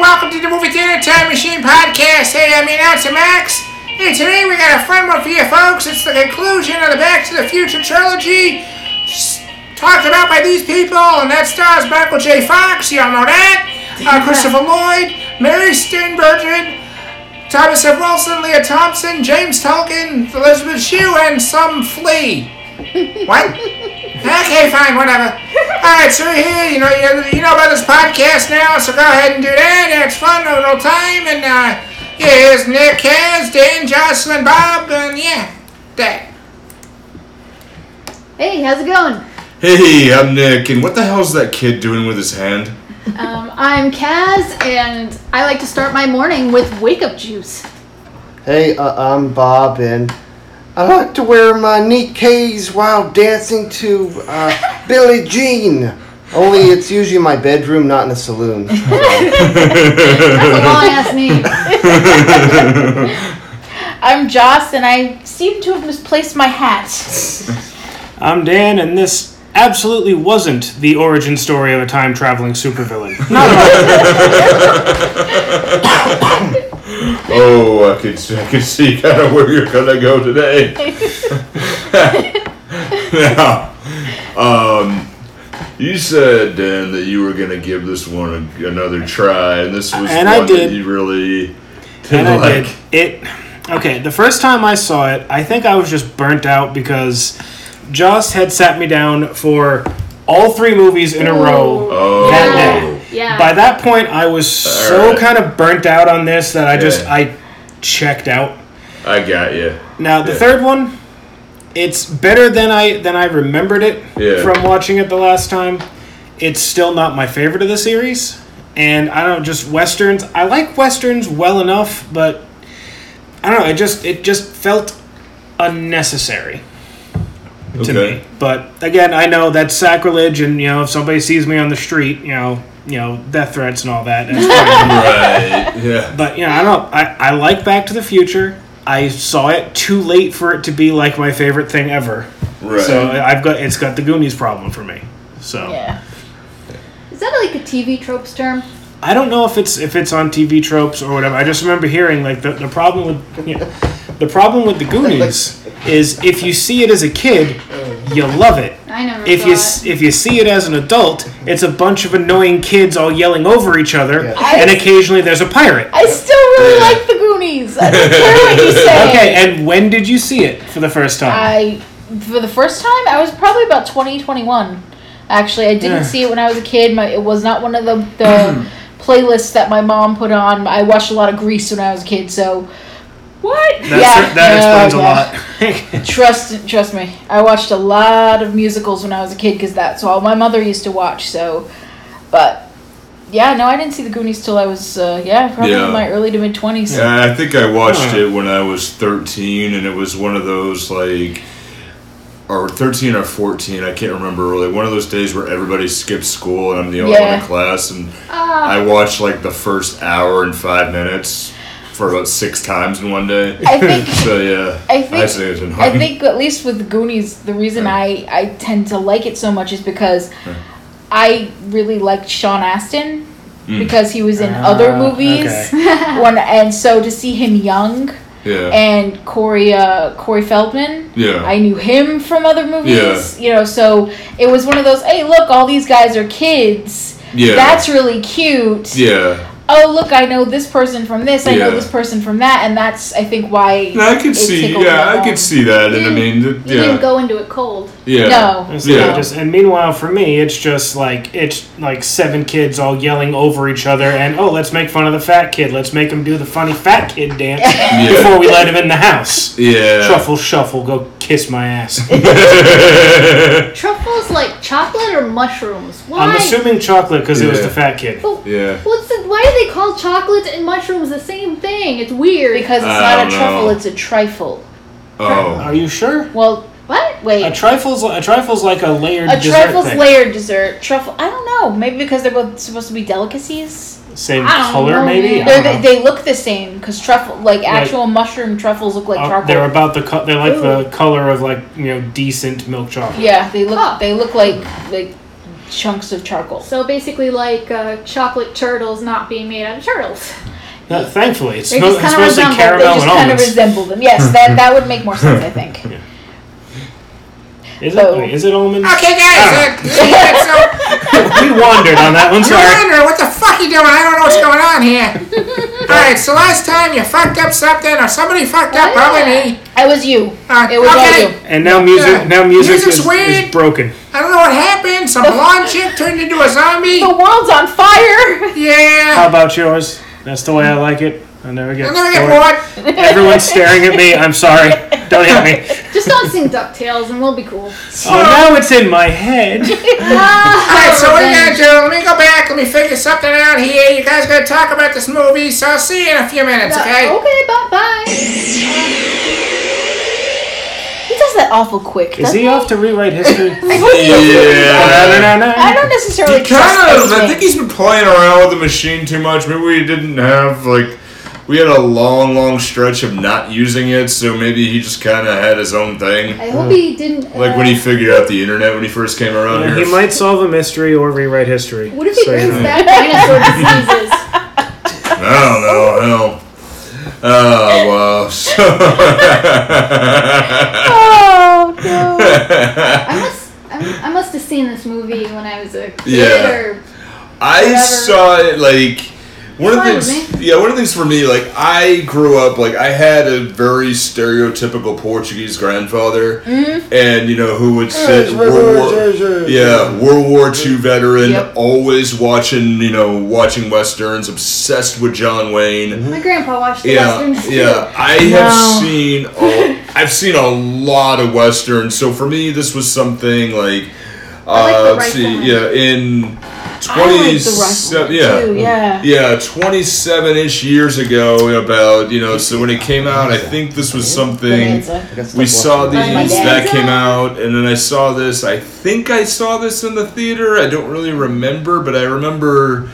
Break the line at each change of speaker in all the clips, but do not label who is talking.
welcome to the Movie Theater Time Machine Podcast. Hey, I'm your announcer Max, and today we got a fun one for you folks. It's the conclusion of the Back to the Future trilogy, s- talked about by these people, and that stars Michael J. Fox. Y'all know that. Uh, Christopher Lloyd, Mary Steenburgen, Thomas F. Wilson, Leah Thompson, James Tolkien, Elizabeth Shue, and some flea. What? Okay, fine, whatever. All right, so we're here. You know, you, you know about this podcast now, so go ahead and do that. It's fun, a little time, and uh, yeah, here's Nick, Kaz, Dan, Jocelyn, Bob, and yeah, that.
Hey, how's it going?
Hey, I'm Nick, and what the hell's that kid doing with his hand?
Um, I'm Kaz, and I like to start my morning with wake up juice.
Hey, uh, I'm Bob, and I like to wear my knee K's while dancing to uh, Billie Jean. Only it's usually in my bedroom, not in a saloon.
That's a long ass name.
I'm Joss, and I seem to have misplaced my hat.
I'm Dan, and this absolutely wasn't the origin story of a time traveling supervillain. Not at
Oh, I could, I could see kind of where you're gonna go today. now, um, you said Dan that you were gonna give this one a, another try, and this was
And I
one
did.
that you really
all.
didn't
And I
like.
did. It. Okay, the first time I saw it, I think I was just burnt out because Joss had sat me down for all three movies in a row.
Oh,
That day.
Yeah.
By that point, I was so
Alright.
kind of burnt out on this that I just
Yeah.
I checked out.
I got you.
Now the
Yeah.
third one, it's better than I than I remembered it
Yeah.
from watching it the last time. It's still not my favorite of the series, and I don't know, just westerns. I like westerns well enough, but I don't know. It just it just felt unnecessary
Okay.
to me. But again, I know that's sacrilege, and you know if somebody sees me on the street, you know you know death threats and all that. that's fine.
Right. Yeah.
But you know, I don't. I, I like Back to the Future. I saw it too late for it to be like my favorite thing ever.
Right.
So I've got it's got the Goonies problem for me. So
Yeah.
Is that like a TV tropes term?
I don't know if it's if it's on TV tropes or whatever. I just remember hearing like the, the problem with you know, the problem with the Goonies is if you see it as a kid, you love it.
I never
If
saw
you
it.
s- if you see it as an adult, it's a bunch of annoying kids all yelling over each other,
Yeah.
and occasionally there's a pirate.
I still really like the Goonies. I don't care what you say.
Okay, and when did you see it for the first time?
I, for the first time, I was probably about 20, 21. Actually, I didn't
Yeah.
see it when I was a kid. My, it was not one of the, the playlists that my mom put on. I watched a lot of Grease when I was a kid, so. What?
That's, that explains a lot.
Trust, trust me. I watched a lot of musicals when I was a kid because that's all my mother used to watch. So, but yeah, no, I didn't see the Goonies till I was uh, yeah probably
Yeah.
in my early to mid twenties.
Yeah, Uh, I think I watched
Huh.
it when I was 13, and it was one of those like, or 13 or 14, I can't remember really. One of those days where everybody skips school and I'm the only one
Yeah. Ah.
in class, and I watched like the first hour and five minutes for about six times in one day.
I think
so yeah,
I think-
say it's been
I
hard.
think at least with the Goonies, the reason I I tend to like it so much is because I really liked Sean Astin
Mm.
because he was in other
Ah,
movies. When, and so to see him young
yeah,
and Corey uh, Corey Feldman.
yeah,
I knew him from other movies, you know, so it was one of those, hey, look, all these guys are kids.
yeah,
That's really cute.
yeah.
Oh, look, I know this person from this, I know
Yeah.
this person from that, and that's, I think, why.
No, I could
it
see,
tickled
yeah,
me
I could
off.
see that, and I
You
mean, th-
You didn't
yeah,
go into it cold.
yeah,
No.
And so
Yeah.
just- and meanwhile, for me, it's just like it's like seven kids all yelling over each other, and oh, let's make fun of the fat kid. Let's make him do the funny fat kid dance
yeah,
before we let him in the house.
yeah.
Shuffle, shuffle, go kiss my ass.
Truffles like chocolate or mushrooms? Why?
I'm assuming chocolate because it was
Yeah.
the fat kid.
yeah.
What's the, why do they call chocolate and mushrooms the same thing? It's weird.
Because it's
I
not a
don't
truffle,
know.
it's a trifle.
Oh.
Are you sure?
Well,
what?
wait.
A
A,
trifle's a trifle's like a layered dessert
trifle's
thing.
layered dessert. Truffle, I don't know. Maybe because they're both supposed to be delicacies?
Same
I don't
color,
know,
maybe. Uh-huh.
man.
I
They're,
don't
they,
know.
they look the same, because truffle, like actual mushroom truffles look like
Uh,
charcoal.
they're about the co- they're like the color of like you know decent milk chocolate.
Yeah, they look
Huh.
they look like like chunks of charcoal.
So basically, like uh, chocolate turtles not being made out of turtles.
No, thankfully, it's,
They
smo-
just
it's
kinda
mostly
resemble- they
They
caramel
just
and
kind of
almonds.
resemble them. Yes, that that would make more sense, I think.
is, it,
so-
wait, is it almonds?
Okay,
Ah.
guys, uh, that's so,
we wandered on that one.
you're
Sorry.
wondering what the fuck you doing. I don't know what's going on here. All right, so last time you fucked up something, or somebody fucked up, probably me.
It was you.
Uh,
It was all
okay.
you.
And now music. Now music
Music's
is,
weird.
is broken.
I don't know what happened. Some blonde chick turned into a zombie.
The world's on fire.
How
Yeah.
about yours? That's the way I like it. Oh, I never get.
I'm gonna get
bored.
bored.
Everyone's staring at me. I'm sorry. Don't hit me.
Just don't sing Ducktales, and we'll be cool.
Oh, now it's in my head.
All right, so what do you gotta do? Let me go back. Let me figure something out here. You guys gotta talk about this movie, so I'll see you in a few minutes, okay?
Okay, bye bye.
He does that awful quick.
Is
doesn't
he off to rewrite history?
Yeah.
I don't necessarily
Kind of.
trust
I
anything.
think he's been playing around with the machine too much. Maybe we didn't have like we had a long, long stretch of not using it, so maybe he just kind of had his own thing.
I hope he didn't.
Like
uh,
when he figured out the internet when he first came around
Yeah,
here.
he might solve a mystery or rewrite history.
uh, What if he
So, you
brings
know.
back dinosaur diseases?
I don't know. Hell. Oh wow. So
Oh no.
I must, I, I must have seen this movie when I was a kid.
Yeah.
Or,
I
Whatever.
saw it like one of
Fine
the
with
things. Yeah, one of the things for me, like I grew up, like I had a very stereotypical Portuguese grandfather, and you know who would sit World War, yeah, World War II veteran,
Yep.
always watching, you know, watching westerns, obsessed with John Wayne.
my grandpa watched the
Yeah,
westerns. too.
yeah. I have
Wow.
seen a, I've seen a lot of westerns. So for me, this was something like,
I like the
uh, let's
rifle
see,
one.
yeah, in
I
twenty
like the rifle
seven,
one,
yeah.
too, yeah.
Yeah, 27 ish years ago, about, you know, so when it came out, I think this was something.
Bonanza.
We saw these,
my dad.
that came out, and then I saw this. I think I saw this in the theater. I don't really remember, but I remember.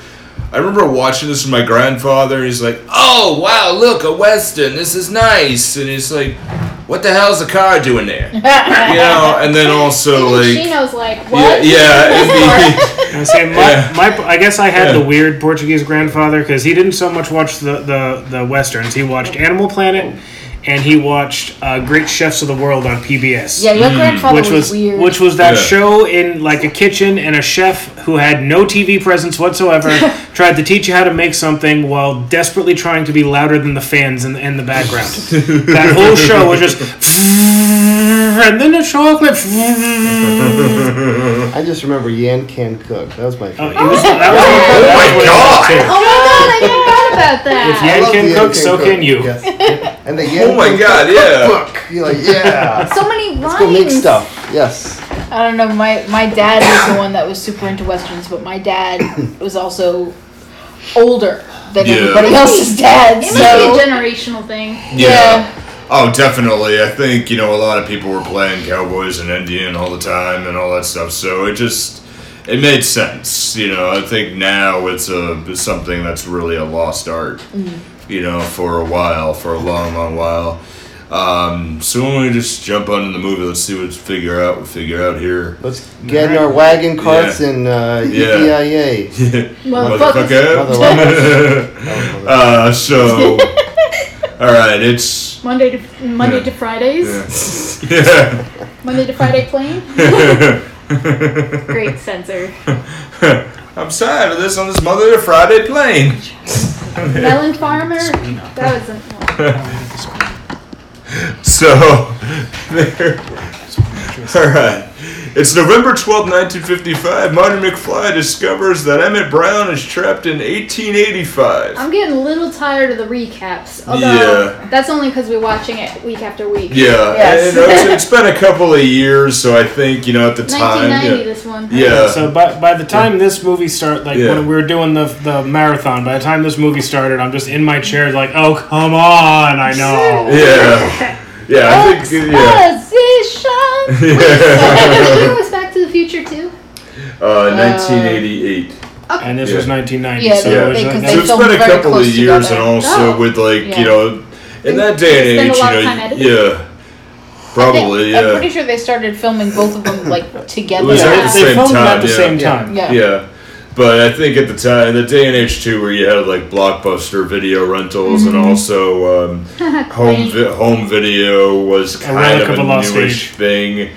I remember watching this with my grandfather. He's like, "Oh wow, look a western. This is nice." And he's like, "What the hell's the car doing there?" you know. And then also
Even
like,
Chino's like,
yeah,
what?
yeah. it'd be-
I say my,
Yeah.
my, I guess I had
Yeah.
the weird Portuguese grandfather because he didn't so much watch the, the, the westerns. He watched Animal Planet, and he watched uh, Great Chefs of the World on PBS.
Yeah,
Hmm,
your grandfather
Which
was,
was
weird.
which was that
Yeah.
show in like a kitchen and a chef who had no TV presence whatsoever tried to teach you how to make something while desperately trying to be louder than the fans in, in the background. that whole show was just and then the chocolate.
I just remember Yan Can Cook. That was my
Oh, it
favorite.
was, that was that was-
Oh my God.
Oh my god, I forgot about
If
I
you-
that.
Yan
love
can
the Yan
cook, so can you.
Yes. And the Yan
oh my
Can
god, yeah.
Cook. You're like, yeah.
so many rhymes.
Let's go make stuff. Yes.
I don't know. My my dad was the one that was super into westerns, but my dad was also older than
Yeah.
everybody else's dad.
It must
So
be a generational thing.
yeah,
Oh, definitely. I think, you know, a lot of people were playing Cowboys and Indian all the time and all that stuff. So it just it made sense, you know. I think now it's a it's something that's really a lost art, you know, for a while, for a long, long while. Um, so why don't we just jump on in the movie? Let's see what figure out we figure out here.
Let's get in our wagon carts
Yeah.
and uh,
Yeah.
EPIA.
Oh,
Motherfucker. uh, so, all right, it's
Monday to Monday
Yeah.
to Fridays.
yeah.
Monday to Friday plane. Great censor.
I'm tired of this on this Mother to Friday plane.
Melon farmer. That was an,
So, there. All right. It's November twelfth, 1955. Marty McFly discovers that Emmett Brown is trapped in 1885.
I'm getting a little tired of the recaps. Although
Yeah.
that's only because we're watching it week after week.
Yeah,
Yes.
and it's, it's been a couple of years, so I think you know at the time.
1990.
yeah.
This one.
Yeah.
Uh, So by, by the time this movie started, like
Yeah.
when we were doing the the marathon, by the time this movie started, I'm just in my chair, like, oh come on, I know.
Yeah. Yeah, I think yeah.
Exposition.
yeah.
What year was Back to the Future too?
Uh, 1988.
And this was 1990,
Yeah,
so
they-
it was
they- 'cause
like,
they-
So it's
filmed
been a
very
couple of
close
years,
together.
and also
Oh.
with like
Yeah.
you know, in that
They
day and
spend a
age,
lot of time
you know,
editing.
yeah. Probably,
I think- I'm
yeah.
pretty sure they started filming both of them like together.
Was that
Yeah,
at the
they
same
filmed them
time,
at the
yeah.
same
Yeah.
time.
yeah.
Yeah. But I think at the time, in the day and age too, where you had like blockbuster video rentals and
Mm-hmm.
also um, home vi- home video was kind
relic
of
of
a
a lost
newish thing.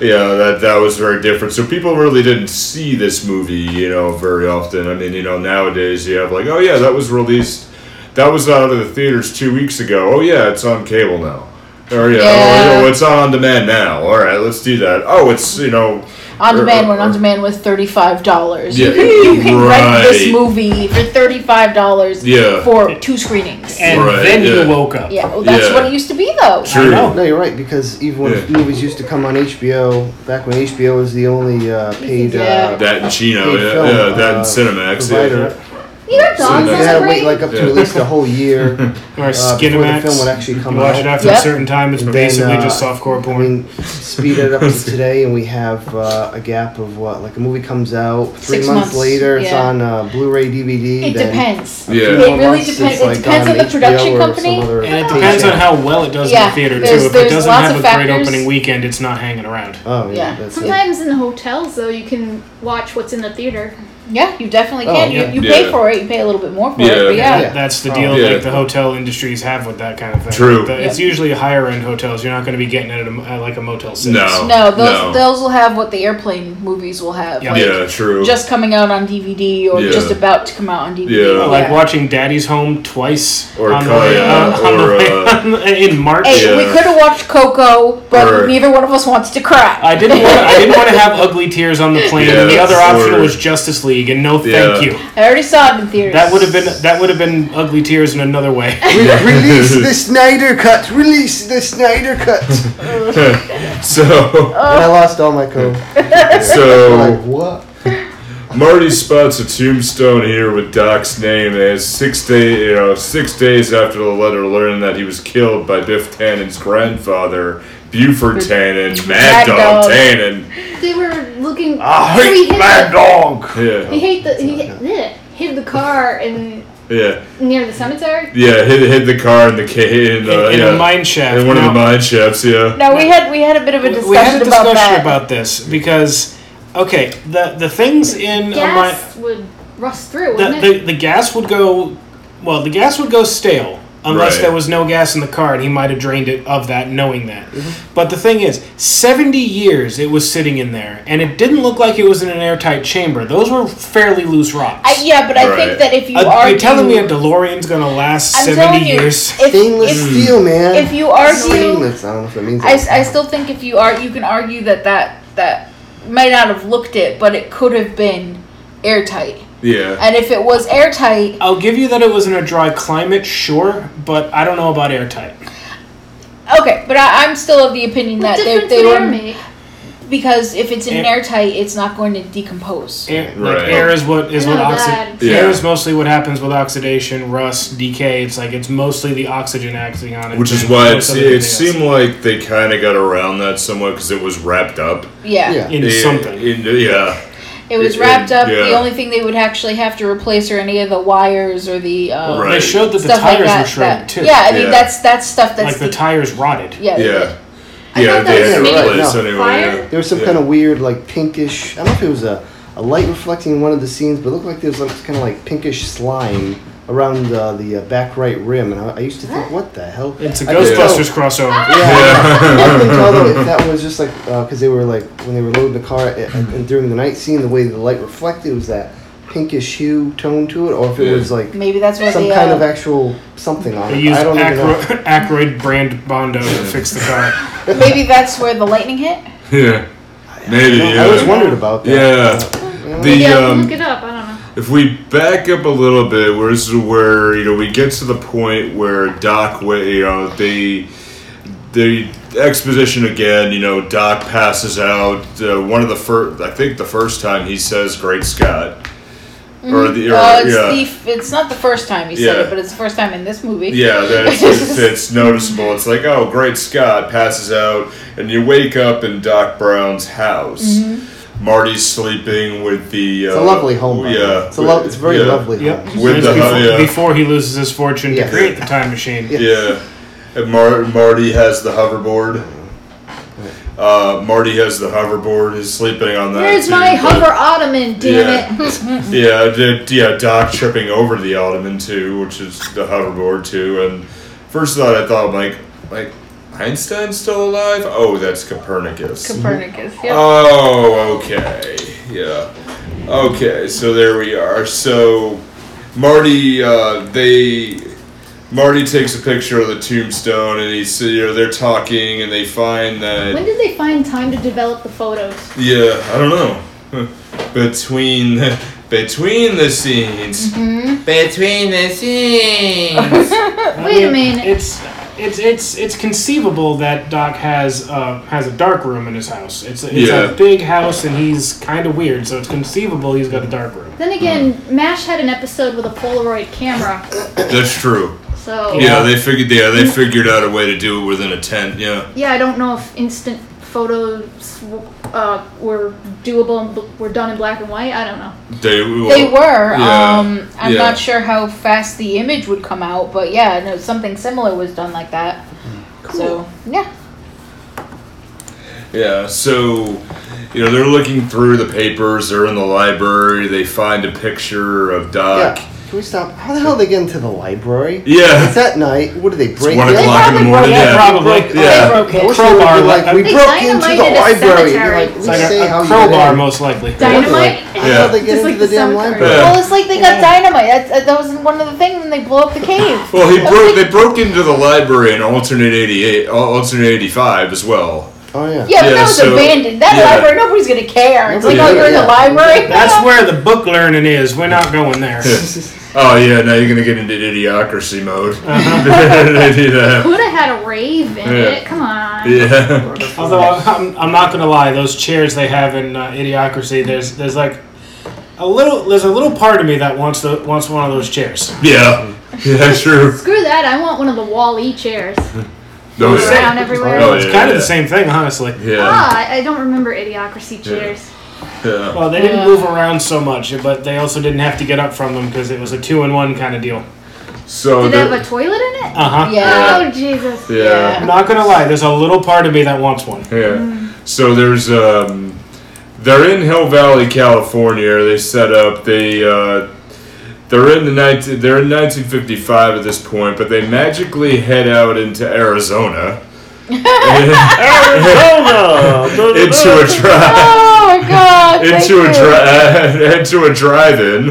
Yeah, that that was very different. So people really didn't see this movie, you know, very often. I mean, you know, nowadays you have like, oh yeah, that was released, that was out of the theaters two weeks ago. Oh yeah, it's on cable now. Or yeah,
Yeah.
oh, it's on demand now. All right, let's do that. Oh, it's you know,
On
or-
demand
or-
when on demand was thirty five dollars.
Yeah,
you can, you can rent
right.
this movie for thirty five dollars
Yeah.
for two screenings.
And
Right,
then
yeah.
you woke up.
yeah, well, that's
Yeah.
what it used to be though.
true.
know.
No, you're right because even when
Oh, Yeah.
movies used to come on HBO, back when HBO was the only uh, paid
Yeah.
uh,
That and Chino,
Big
yeah,
film,
yeah, that
uh,
and Cinemax,
provider,
yeah.
Your dog
they had
that's
sounds
to wait
great.
like up to
Yeah.
at least a whole year
Or
uh, before the
Skinemax.
film would actually
You
come
watch it
out.
after
Yep.
a certain time, it's
And then,
basically
uh,
just softcore
I
porn.
mean, speed it up to today, and we have uh, a gap of what? Like a movie comes out three
Six
months,
months,
later, it's
yeah.
on uh, Blu-ray, DVD.
It
then
depends.
Yeah.
a few
It
more
really
months, it's,
depends- it
like,
depends on the
HBO
production
or some
company.
other
and it
station.
depends on how well it does in
Yeah,
the theater
there's-
too. If it
there's
doesn't
lots
have
of
a great
factors.
opening weekend, it's not hanging around.
Oh yeah,
Yeah.
that's it.
Sometimes in hotels, though, you can watch what's in the theater.
Yeah, you definitely
Oh,
can.
yeah.
You, you pay
Yeah.
for it. You pay a little bit more for
Yeah.
it. But yeah,
Yeah.
That's the
Oh.
deal
Yeah.
like the hotel industries have with that kind of thing.
True.
The- It's
Yeah.
usually higher end hotels. You're not going to be getting it at, a, at like a Motel 6.
No.
no, those
No.
those will have what the airplane movies will have.
Yeah.
Like,
Yeah, true.
Just coming out on DVD or
Yeah.
just about to come out on DVD.
Yeah.
Like watching Daddy's Home twice
Or
on the
Kaya,
way, uh, on the
or,
way-
uh,
on the- in March.
Hey,
Yeah.
we could have watched Coco, but
Or-
neither one of us wants to cry.
I didn't want. I didn't want to have ugly tears on the plane.
Yeah,
and the other
that's
option
word.
was Justice League, and no,
Yeah.
thank you.
I already saw it in theaters.
That would have been. That would have been ugly tears in another way.
Re- release the Snyder cut. Release the Snyder cut. and
so,
I lost all my code. Like
so
what?
Marty spots a tombstone here with Doc's name as six day, you know, six days after the letter learning that he was killed by Biff Tannen's grandfather, Buford Tannen,
Mad
Mad Dog
Dog.
Tannen.
They were looking.
I
so he
hate
hid
my
the-
dog.
He
Yeah,
hid the he hid, hid the car in
yeah,
near the cemetery.
yeah. Hid, hid the car in the ca- in,
In,
uh,
in
yeah,
a mine shaft.
in one of
Now-
the mine shafts. Yeah,
No, we had we had a bit of a discussion,
we had a discussion
about that.
about this because okay, the the things in a mine.
Gas would rust through,
the,
wouldn't
the,
it?
the gas would go well the gas would go stale unless
Right.
there was no gas in the car and he might have drained it of that knowing that
Mm-hmm.
but the thing is 70 years it was sitting in there and it didn't look like it was in an airtight chamber those were fairly loose rocks
I, yeah, but I
Right.
think that if you
Uh,
argue,
you're telling me a DeLorean's gonna last
I'm telling
70
you,
years
if,
Stainless
if,
steel, man.
if you argue,
stainless, I don't know if it means
I,
anything.
I still think if you are, you can argue that that that may not have looked it, but it could have been airtight.
yeah.
And if it was airtight,
I'll give you that it was in a dry climate, sure, but I don't know about airtight.
okay. But I, I'm still of the opinion
What
that they,
difference
they
would air
were
make?
because if it's in an
Air-
airtight, it's not going to decompose.
Air,
Right.
like air is what is
I
what
Oh,
know
oxi-
that.
air
Yeah.
is mostly what happens with oxidation, rust, decay. It's like it's mostly the oxygen acting on it,
Which is
and
why it,
most of
it
everything
seemed like they kind of got around that somewhat because it was wrapped up.
Yeah.
Yeah.
else. in
in-
something.
in- yeah,
It was
It-
wrapped
it-
up. The
yeah.
only thing they would actually have to replace are any of the wires or the um,
Right.
They showed that the
stuff like
tires
that.
were shredded
that-
too.
Yeah, I mean
Yeah.
that's that's stuff that's
like the tires rotted.
yeah.
yeah,
I
yeah.
thought that
They
was
had to
maybe
replace
no.
anyway.
fire?
yeah.
There was some
Yeah.
kind of weird, like pinkish. I don't know if it was a, a light reflecting in one of the scenes, but it looked like there was like kind of like pinkish slime around uh, the uh, back right rim, and I, I used to think, what the hell?
It's a
I couldn't tell-
Ghostbusters crossover.
Yeah, I couldn't tell though if that was just like because they were like when they were loading the car a- a- and during the night scene, the way the light reflected was that pinkish hue tone to it, or if it
Yeah.
was like
Maybe that's what
some
the,
kind
uh,
of actual something on
They
it.
used
I don't even know.
Acro- Acroyd brand Bondo to fix the car.
maybe that's where the lightning hit.
Yeah, maybe.
I
Yeah.
always wondered about that.
Yeah. The
Yeah,
um,
look it up. I don't know.
if we back up a little bit, where this is where you know we get to the point where Doc, wa- you know, they the exposition again. You know, Doc passes out. Uh, one of the first, I think, the first time he says "Great Scott," or the or,
Uh, it's
yeah.
the f it's not the first time he said
Yeah.
it, but it's the first time in this movie.
Yeah, that's it's, it's noticeable. It's like, oh, great Scott passes out, and you wake up in Doc Brown's house.
Mm-hmm.
Marty's sleeping with the. Uh,
It's a lovely home. by the way.
Yeah,
it's a lo- it's a very
yeah,
lovely
Yep.
home.
With
It's
the-
before,
yeah.
before he loses his fortune
Yeah.
to create the time machine.
Yeah.
Yeah, and Mar- Marty has the hoverboard. Uh, Marty has the hoverboard. He's sleeping on that.
Where's
too,
my
but-
hover ottoman, damn
Yeah.
it?
Yeah, the, yeah. Doc tripping over the ottoman too, which is the hoverboard too. And first thought I thought like like Einstein's still alive? Oh, that's Copernicus.
Copernicus. Yep.
Oh, okay. Yeah. Okay, so there we are. So Marty, uh, they Marty takes a picture of the tombstone, and he's you know they're talking, and they find that
When did they find time to develop the photos?
yeah, I don't know. Between between the scenes.
Mm-hmm.
Between the scenes.
Wait a minute.
It's it's it's it's conceivable that Doc has uh, has a dark room in his house. It's a, it's
Yeah.
a big house, and he's kind of weird, so it's conceivable he's got a dark room.
Then again, MASH had an episode with a Polaroid camera,
That's true.
so
Yeah, they figured. Yeah, they figured out a way to do it within a tent. Yeah.
Yeah, I don't know if instant photos uh, were doable and bl- were done in black and white. I don't know.
They, well,
They were.
yeah,
Um, I'm
yeah.
not sure how fast the image would come out, but yeah, no, something similar was done like that. So yeah,
Yeah, so you know they're looking through the papers. They're in the library. They find a picture of
Yeah.
Doc.
Can we stop? How the hell they get into the library?
Yeah,
It's at night. What do they break?
one
in?
o'clock in
probably
the morning.
broke-
Yeah,
probably.
Yeah.
they broke
I
it.
wish they would be
Crowbar,
like,
like-
we
They
broke into the
dynamited a
library. You're
cemetery.
like, we
It's like
say
a,
how
a
you get
crowbar,
in.
most likely.
Yeah,
Dynamite?
like, How the
Yeah.
hell they get
Just
into
like
the,
the
damn
cemetery.
library?
Yeah.
Well, it's like they got dynamite. That's, that- that was one of the things, and they blew up the cave.
Well, he broke. They broke into the library in alternate eighty-eight, al- alternate eighty-five as well.
Oh yeah.
Yeah, but
Yeah,
that was
so-
abandoned. That
yeah.
library, nobody's gonna care. It's like, oh,
Nobody-
you're in the
yeah.
library.
That's where the book learning is. We're not going there.
Oh yeah, now you're gonna get into idiocracy mode. they do that.
Coulda had a rave in
Yeah.
it. Come on.
Yeah.
Although I'm, I'm not gonna lie, those chairs they have in uh, Idiocracy, there's there's like a little there's a little part of me that wants the wants one of those chairs.
Yeah. Yeah. True.
Screw that. I want one of the Wall-E chairs.
No,
Sit
yeah.
Around everywhere.
Oh,
it's
yeah,
kind of
yeah.
the same thing, honestly.
Yeah.
Ah, I- I don't remember Idiocracy chairs.
yeah.
Well, they didn't move around so much, but they also didn't have to get up from them because it was a two in one kind of deal.
So
Did it have
the-
a toilet in it?
Uh huh.
Yeah.
Oh, Jesus.
yeah.
I'm not gonna lie, there's a little part of me that wants one.
Yeah. So there's um, they're in Hill Valley, California. They set up. They uh, they're in the 19, they're in 1955 at this point, but they magically head out into Arizona. into a drive
Oh my god. thank
into a
you.
drive into a drive-in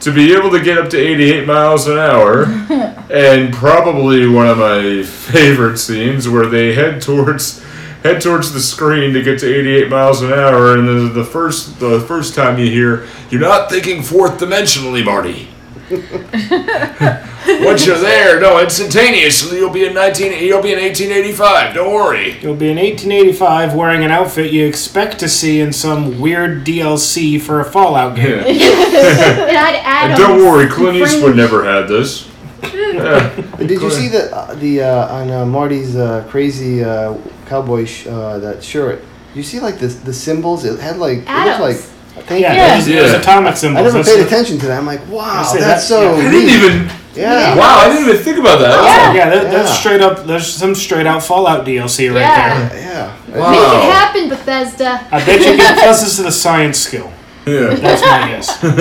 to be able to get up to 88 miles an hour and probably one of my favorite scenes where they head towards head towards the screen to get to 88 miles an hour and then the first the first time you hear you're not thinking fourth dimensionally Marty once you're there no instantaneously you'll be in 19 you'll be in 1885 don't worry
You'll be in 1885 wearing an outfit you expect to see in some weird DLC for a Fallout game.
It had
And
Adams.
don't worry Clint Eastwood
Fringe.
never had this
Did you see the uh, the uh, on uh, Marty's uh, crazy uh, cowboy sh- uh, that shirt? You see like the the symbols? It had like it
Adams.
looked like. Thank
Yeah,
you.
Yeah.
Those, those
Yeah.
atomic
I
symbols.
never
that's
paid
the-
attention to that. I'm like, wow,
That's it,
that's so.
that's-
I
neat.
didn't even.
Yeah.
Wow, I didn't even think about that.
Yeah.
Yeah, that, that's
Yeah.
straight up. There's some straight out Fallout DLC right
Yeah.
there.
Yeah.
Make
Wow.
it happen, Bethesda.
I bet you get pluses to the science skill.
Yeah.
That's my guess.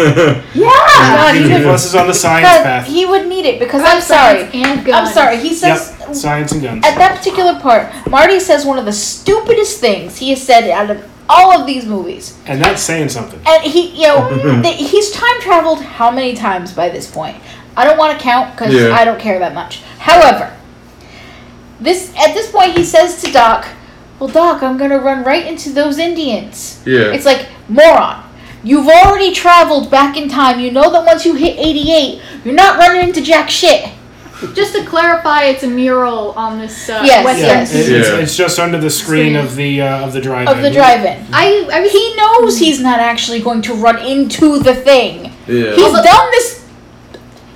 You
God, he
get
would-
pluses on the science
God,
path.
he would need it because I'm sorry.
And
I'm
guns.
sorry. He says
Yep, science and guns.
at that particular part, Marty says one of the stupidest things he has said out of all of these movies.
And that's saying something.
And he, you know, th- he's time traveled how many times by this point? I don't want to count because
Yeah.
I don't care that much. However, this at this point he says to Doc, "Well, Doc, I'm gonna run right into those Indians."
Yeah.
It's like moron. You've already traveled back in time. You know that once you hit 88, you're not running into jack shit.
Just to clarify, it's a mural on this uh,
Yes,
west
Yeah,
yes.
it- It's,
Yeah.
it's just under the screen of the uh, of the drive.
Of the drive-in.
I, I was
He knows he's not actually going to run into the thing.
Yeah.
He's done this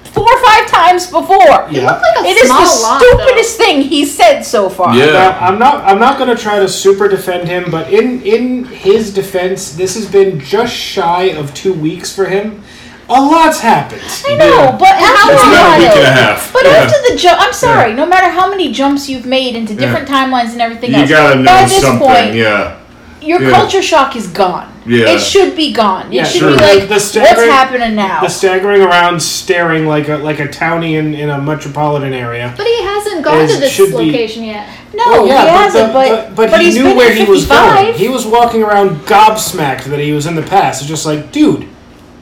four or five times before.
Yeah.
like a
It is
small
the
lot, though.
stupidest thing he's said so far.
Yeah.
Now, I'm not. I'm not going to try to super defend him, but in in his defense, this has been just shy of two weeks for him. A lot's happened.
I know, but how
It's about a week and a
long?
half.
But
Yeah.
after the jump, I'm sorry. No matter how many jumps you've made into different timelines and everything
You
else,
gotta know
by this
something,
point,
yeah.
your
yeah.
culture shock is gone.
Yeah.
It should be gone. It
Yeah,
should
sure.
be like,
The
what's
stagger-
happening now?
The staggering around, staring like a like a townie in, in a metropolitan area.
But he hasn't gone
As
to this
should be-
location yet.
no,
Oh
he hasn't.
the-
But
but, he
he's
knew
been
where
to
he was
55.
going. He was walking around gobsmacked that he was in the past. It's just like, dude,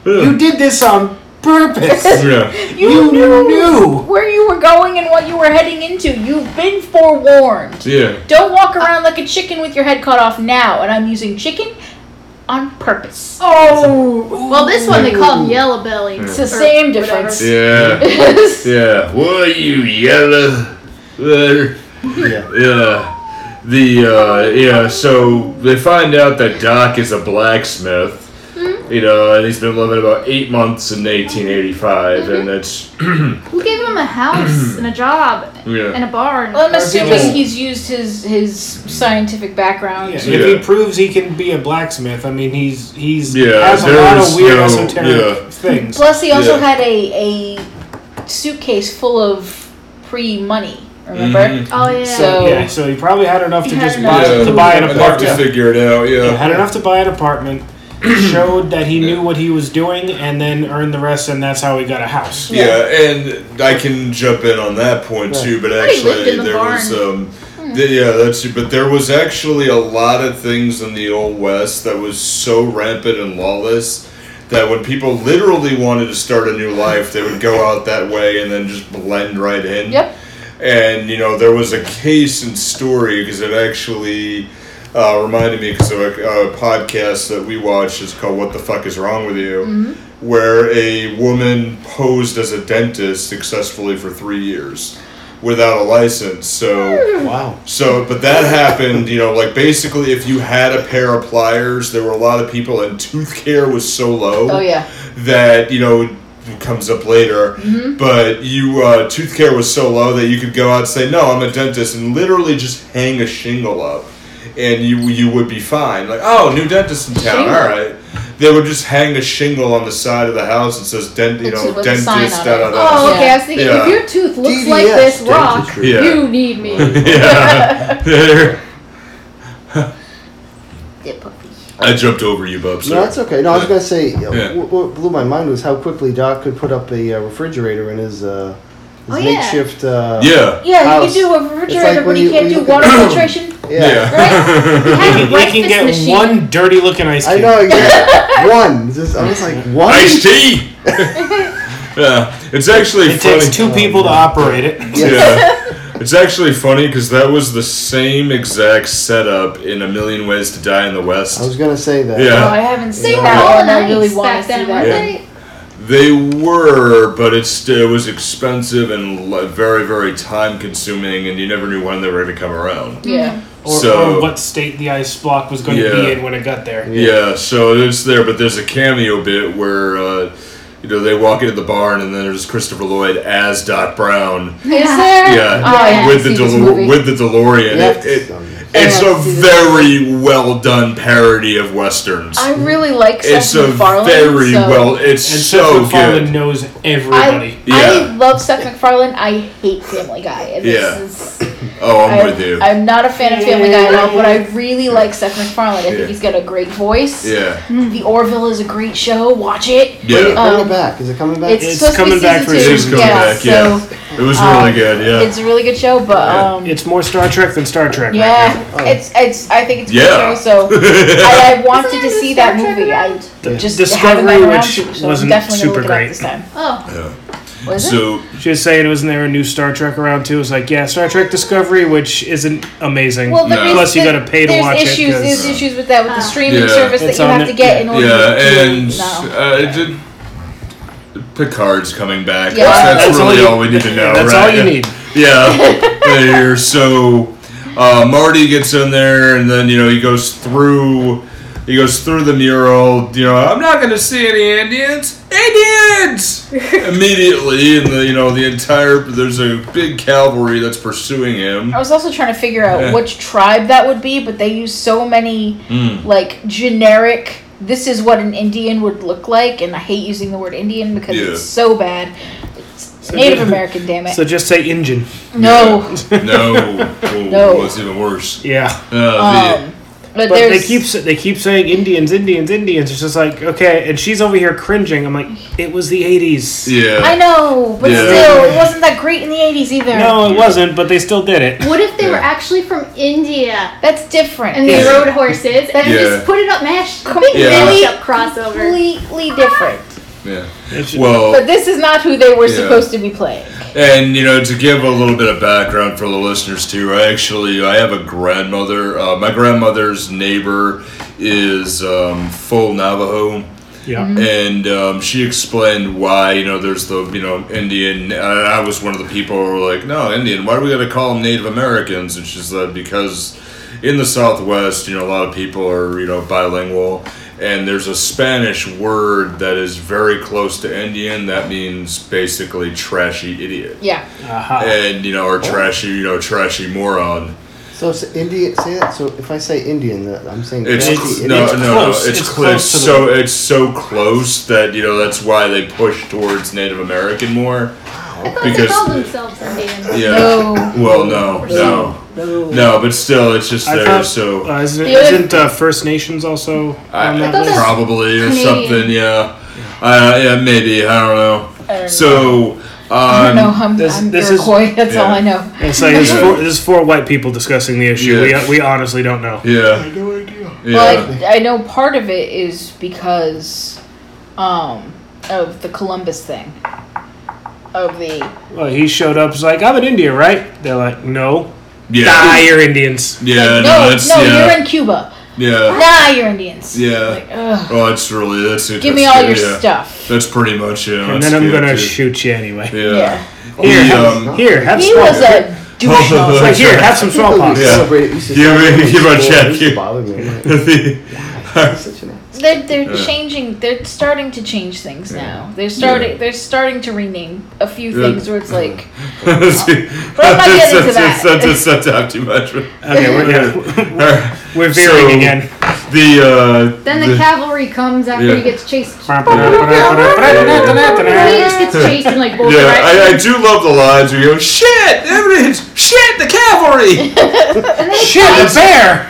Hmm.
you did this on purpose.
yeah.
you,
you
knew,
knew.
where you were going and what you were heading into. You've been forewarned.
Yeah.
Don't walk around like a chicken with your head cut off now. And I'm using chicken on purpose.
oh,
Well, this one they call him Yellow Belly.
It's the same difference.
Yeah. Yeah. What you yellow there?
Yeah.
Yeah. The uh yeah, so they find out that Doc is a blacksmith.
Hmm?
You know, and he's been living about eight months in 1885, and that's
Who gave him a house and a job and
yeah,
a barn?
Well, I'm
people-
assuming he's used his his scientific background.
If
Yeah.
he proves he can be a blacksmith, I mean, he's he's
Yeah,
has a lot
there's
of weird
no-
esoteric
yeah.
things.
Plus, he also
Yeah.
had a a suitcase full of pre money. Remember?
Mm-hmm.
Mhm.
oh yeah.
So-
Yeah, so he probably had enough to
He had
just
enough.
buy, to buy an apartment.
figure it out.
Yeah, had enough to buy an apartment. showed that he knew what he was doing, and then earned the rest, and that's how he got a house.
Yeah, and I can jump in on that point
Yeah.
too. But
he lived
actually,
in the
there
barn. Hmm.
was um, th- yeah, that's true. But there was actually a lot of things in the old west that was so rampant and lawless that when people literally wanted to start a new life, they would go out that way and then just blend right in.
Yep.
And you know, there was a case and story because it actually. Uh, reminded me because of a, a podcast uh, that we watched is called "What the Fuck Is Wrong with You,"
Mm-hmm.
where a woman posed as a dentist successfully for three years without a license.
Mm.
So,
Wow.
so, but that happened. You know, like basically, if you had a pair of pliers, there were a lot of people, and tooth care was so low
Oh yeah.
that you know comes up later.
Mm-hmm.
But you uh, tooth care was so low that you could go out and say, "No, I'm a dentist," and literally just hang a shingle up, and you you would be fine. Like, oh, new dentist in town.
Shingle?
All right. They would just hang a shingle on the side of the house and says dent, you
It's
know,
with a
dentist,
sign on
da
it.
da da.
Oh, okay.
Yeah.
I was thinking
Yeah.
if your tooth looks
DDS
like this rock,
dentistry.
Yeah.
you need me.
yeah. There.
Yeah, puppy.
I jumped over you, Bub.
No, that's okay. No, I was gonna say, uh,
Yeah.
what, what blew my mind was how quickly Doc could put up a uh, refrigerator in his uh, his
Oh, yeah.
makeshift. Uh,
Yeah.
Yeah, you can
House.
do a
It's
refrigerator,
like
but
when
you
you-
can't
when
do
you-
water filtration.
yeah.
Right? Have
We,
a
can- we can
breakfast
get
machine.
one dirty looking ice
I
cube.
know. Yeah, one. Just, I was like, one.
Iced tea. yeah, it's actually
It
funny.
takes two people to operate it.
Yeah. It's actually funny because that was the same exact setup in A Million Ways to Die in the
I was
West.
gonna say that.
Oh,
Yeah,
I haven't
They
seen
were
that one. I
colonized
really want
back
to see
then,
that.
weren't
Yeah.
they?
they were, but it's it was expensive and li- very very time consuming, and you never knew when they were going to come around.
Mm-hmm.
Yeah.
Or,
So-
or what state the ice block was going to
Yeah.
be in when it got there.
Yeah, so it's there, but there's a cameo bit where. Uh, you know, they walk into the barn, and then there's Christopher Lloyd as Doc Brown.
Is there?
Yeah,
Oh, I have
with
to
the
see this
DeLo-
movie.
with the DeLorean.
Yeah.
It- it-
have
it's
to
a
see this.
very well done parody of westerns.
I really like Seth
it's a
MacFarlane.
very
so
well. It's
And
so
Seth MacFarlane
good.
knows everybody.
I,
Yeah.
I love Seth MacFarlane. I hate Family Guy. And this
Yeah.
is-
Oh, I'm
I-
with you.
I'm not a fan of Family Guy at all, but I really like Seth MacFarlane. I think
Yeah.
he's got a great voice.
yeah,
The Orville is a great show. Watch it.
yeah.
Bring
Um,
it back. Is it coming back?
It's,
It's
supposed
coming
to be
back
season
for
two.
season
It's coming
yeah,
back, yeah.
So
it was
um,
really good. Yeah,
it's a really good show, but
Yeah.
um,
it's more Star Trek than Star Trek. Right now.
yeah, it's it's. I think it's a
Yeah.
good show. So I, I wanted
Isn't
to
there a
see
Star
that
Trek
movie. I
around?
The
just
Discovery,
haven't gotten around
which
to, so
wasn't
I'm definitely
super
gonna look it up
great.
this time.
Oh,
yeah.
Was it?
So
She was saying, wasn't there a new Star Trek around too? It was like, yeah, Star Trek Discovery, which isn't amazing.
Well, the
No.
reason
Plus, you
that
gotta pay to
there's
watch it,
issues,
'cause- uh,
There's issues with that, with
Oh.
the streaming
Yeah.
service that
It's
you
on
have to
it,
get
yeah.
in order
yeah,
to
and
Oh, no.
uh, it did. Picard's coming back.
Yeah.
That's,
That's all
really
you-
all, we need to know.
that's all
right?
you
Yeah.
need.
Yeah, there. So uh, Marty gets in there, and then you know he goes through. He goes through the mural. You know, I'm not going to see any Indians. Indians! Immediately, and the you know the entire there's a big cavalry that's pursuing him.
I was also trying to figure out
Yeah.
which tribe that would be, but they use so many
Mm.
like generic this is what an Indian would look like, and I hate using the word Indian because
Yeah.
it's so bad. It's
So
Native
just-
American, damn it.
So just say engine.
no.
No. Oh,
No.
What's even worse?
Yeah.
Uh, the-
Um, but,
But
there's
they keep s- they keep saying Indians, Indians, Indians. It's just like okay, and she's over here cringing. I'm like, it was the '80s.
yeah.
I know, but
Yeah.
still, it wasn't that great in the '80s either.
No, it wasn't, but they still did it.
What if they were
Yeah.
actually from India
that's different.
and they
Yeah.
rode horses and
Yeah.
just put it up, mash, big
Yeah.
mash up crossover?
completely different.
Yeah.
It's-
Well,
But this is not who they were
Yeah.
supposed to be playing.
And you know, to give a little bit of background for the listeners too, I actually I have a grandmother. Uh, my grandmother's neighbor is um, full Navajo,
Mm-hmm.
yeah.
and um, she explained why you know there's the you know Indian. I, I was one of the people who were like, no, Indian. Why do we got to call them Native Americans? And she said because in the Southwest, you know, a lot of people are you know bilingual. And there's a Spanish word that is very close to Indian that means basically trashy idiot
Yeah.
Uh-huh.
and you know, or trashy, you know, trashy moron.
So it's Indian. Say that. So if I say Indian, that I'm saying
It's,
Indian.
It's-
cl- no,
it's
no, no,
close.
it's,
It's
cl-
close
it's
to the-
so it's so close that you know that's why they push towards Native American more.
I thought they
Because-
called themselves Indian.
Yeah.
No.
Well, no, no,
No.
no, but still, it's just
I
there.
thought-
so
Uh, isn't
The other-
isn't, uh, First Nations also
I,
on that
thought
list?
that's-
probably or
Canadian.
something. Yeah, uh, yeah, maybe I don't know.
I don't know.
So, um,
I don't know. I'm,
this-
I'm
this is-
Iroquois. that's all
yeah.
I know.
And so there's four, there's four white people discussing the issue.
Yeah.
We, we honestly don't know.
yeah,
no idea.
yeah,
Well, I, I know part of it is because um, of the Columbus thing. Of the
Well, he showed up. He's like, I'm in India, right? They're like, no.
yeah,
Die, you're Indians.
yeah.
like,
No,
no,
that's
no,
yeah,
you're in Cuba.
yeah,
Nah, you're Indians.
yeah.
Like, ugh,
Oh, that's really that's it.
give me
that's
all your
good, yeah.
stuff.
That's pretty much it.
And
That's
then I'm
good,
gonna
dude.
shoot you anyway.
Yeah.
Yeah.
Here,
He,
have,
um,
here, have
He
some.
was a douche.
It's like, here, have some smallpox.
Yeah. Give me- give me a check here.
They're, they're changing. They're starting to change things now. They're starting. They're starting to rename a few
Yeah.
things where it's like
but
I'm not getting to that.
That's not talk too much.
Okay, we're, yeah, we're veering
So-
again.
The uh,
Then the cavalry comes after
Yeah.
he gets chased. He
Yeah,
just gets chased in like both
yeah, I, I
directions.
do love the lines where you go, shit, there it is, shit, the cavalry.
Shit, a bear!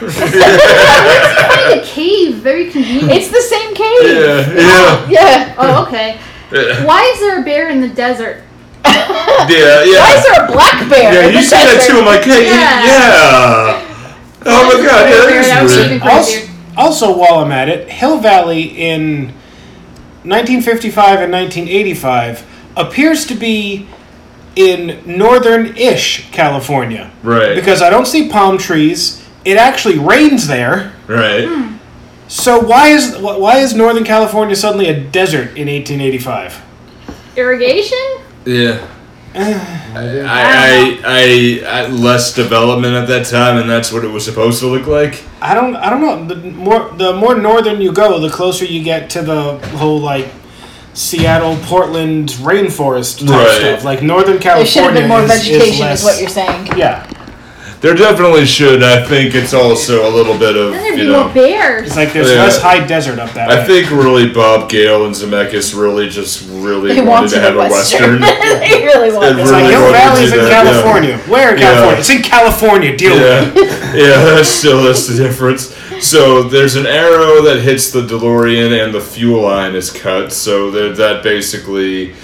Find a cave, very convenient.
it's the same cave.
yeah, yeah,
Yeah.
oh, okay.
yeah,
Why is there a bear in the desert?
yeah.
Why is there a black bear?
yeah,
in
you
the
said that
desert?
too. I'm like, hey,
Yeah.
yeah. Oh my god, yeah,
Bear, that
that
was
is
even
weird.
Also,
crazier.
also, while I'm at it, Hill Valley in 1955 and 1985 appears to be in northern-ish California
Right,
because I don't see palm trees. It actually rains there.
right.
Hmm.
So why is wh- why is Northern California suddenly a desert in 1885?
Irrigation?
Yeah. I, I, I, I less development at that time, and that's what it was supposed to look like.
I don't I don't know. The more the more northern you go, the closer you get to the whole like Seattle, Portland rainforest type
Right.
stuff. Like Northern
There should have
California
been more
is,
vegetation, is,
less,
what you're saying.
Yeah,
There definitely should. I think it's also a little bit of
Then there'd
you
be more
know.
bears.
it's like there's
Yeah.
less high desert up that
I
way.
think really Bob Gale and Zemeckis really just really
They
wanted
wanted
to have
a
a western.
they really wanted.
it's
really
like Hill
wanted to
Valley's
do
in
that, yeah.
California. Where in
Yeah.
California? It's in California. Deal with it.
yeah, yeah, that's still that's the difference. So there's an arrow that hits the DeLorean, and the fuel line is cut. So that that basically,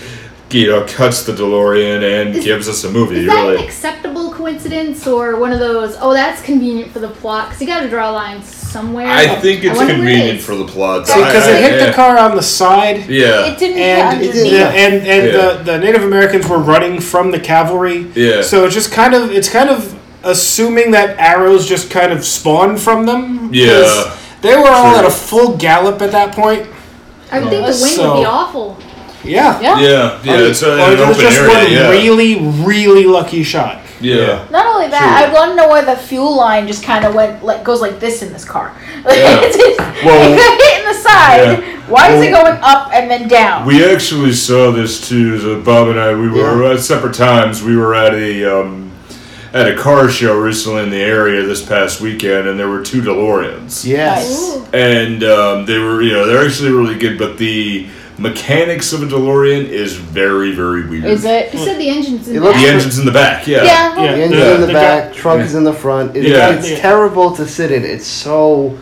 you know, cuts the DeLorean and gives us a movie.
Is that
really.
an acceptable coincidence or one of those, oh, that's convenient for the plot? Because you gotta draw a line somewhere.
I think it's
wonder where it
convenient
is.
for the plot.
See, because it hit the car on the side.
Yeah.
It didn't
And
hit
the,
underneath.
Yeah.
and and
Yeah.
the, the Native Americans were running from the cavalry.
Yeah.
So it's just kind of it's kind of assuming that arrows just kind of spawn from them. 'cause
Yeah.
They were all
True.
at a full gallop at that point.
I would think the wind would
So-
be awful.
Yeah.
Yeah.
Yeah, yeah, it's uh,
Oh,
Or
an
there was
open
just
area.
one
Yeah.
really, really lucky shot.
yeah,
Not only that, I
True.
want to know why the fuel line just kind of went like goes like this in this car. Like,
Yeah.
it's just,
Well-
it got hit in the side.
Yeah.
Why is it
Well-
going up and then down?
We actually saw this too. The Bob and I, we were at separate times. We were at a um, at a car show recently in the area this past weekend, and there were two DeLoreans
Yes.
and um, they were you know they're actually really good but the mechanics of a delorean is very very weird
Is it?
You said the engine's in
It
the
looks
the
back.
engine's in the back yeah
Yeah.
The
Yeah.
engine's
Yeah.
in the
They
back,
got-
trunk is in the front. It,
Yeah.
It's
Yeah.
terrible to sit in. It's so.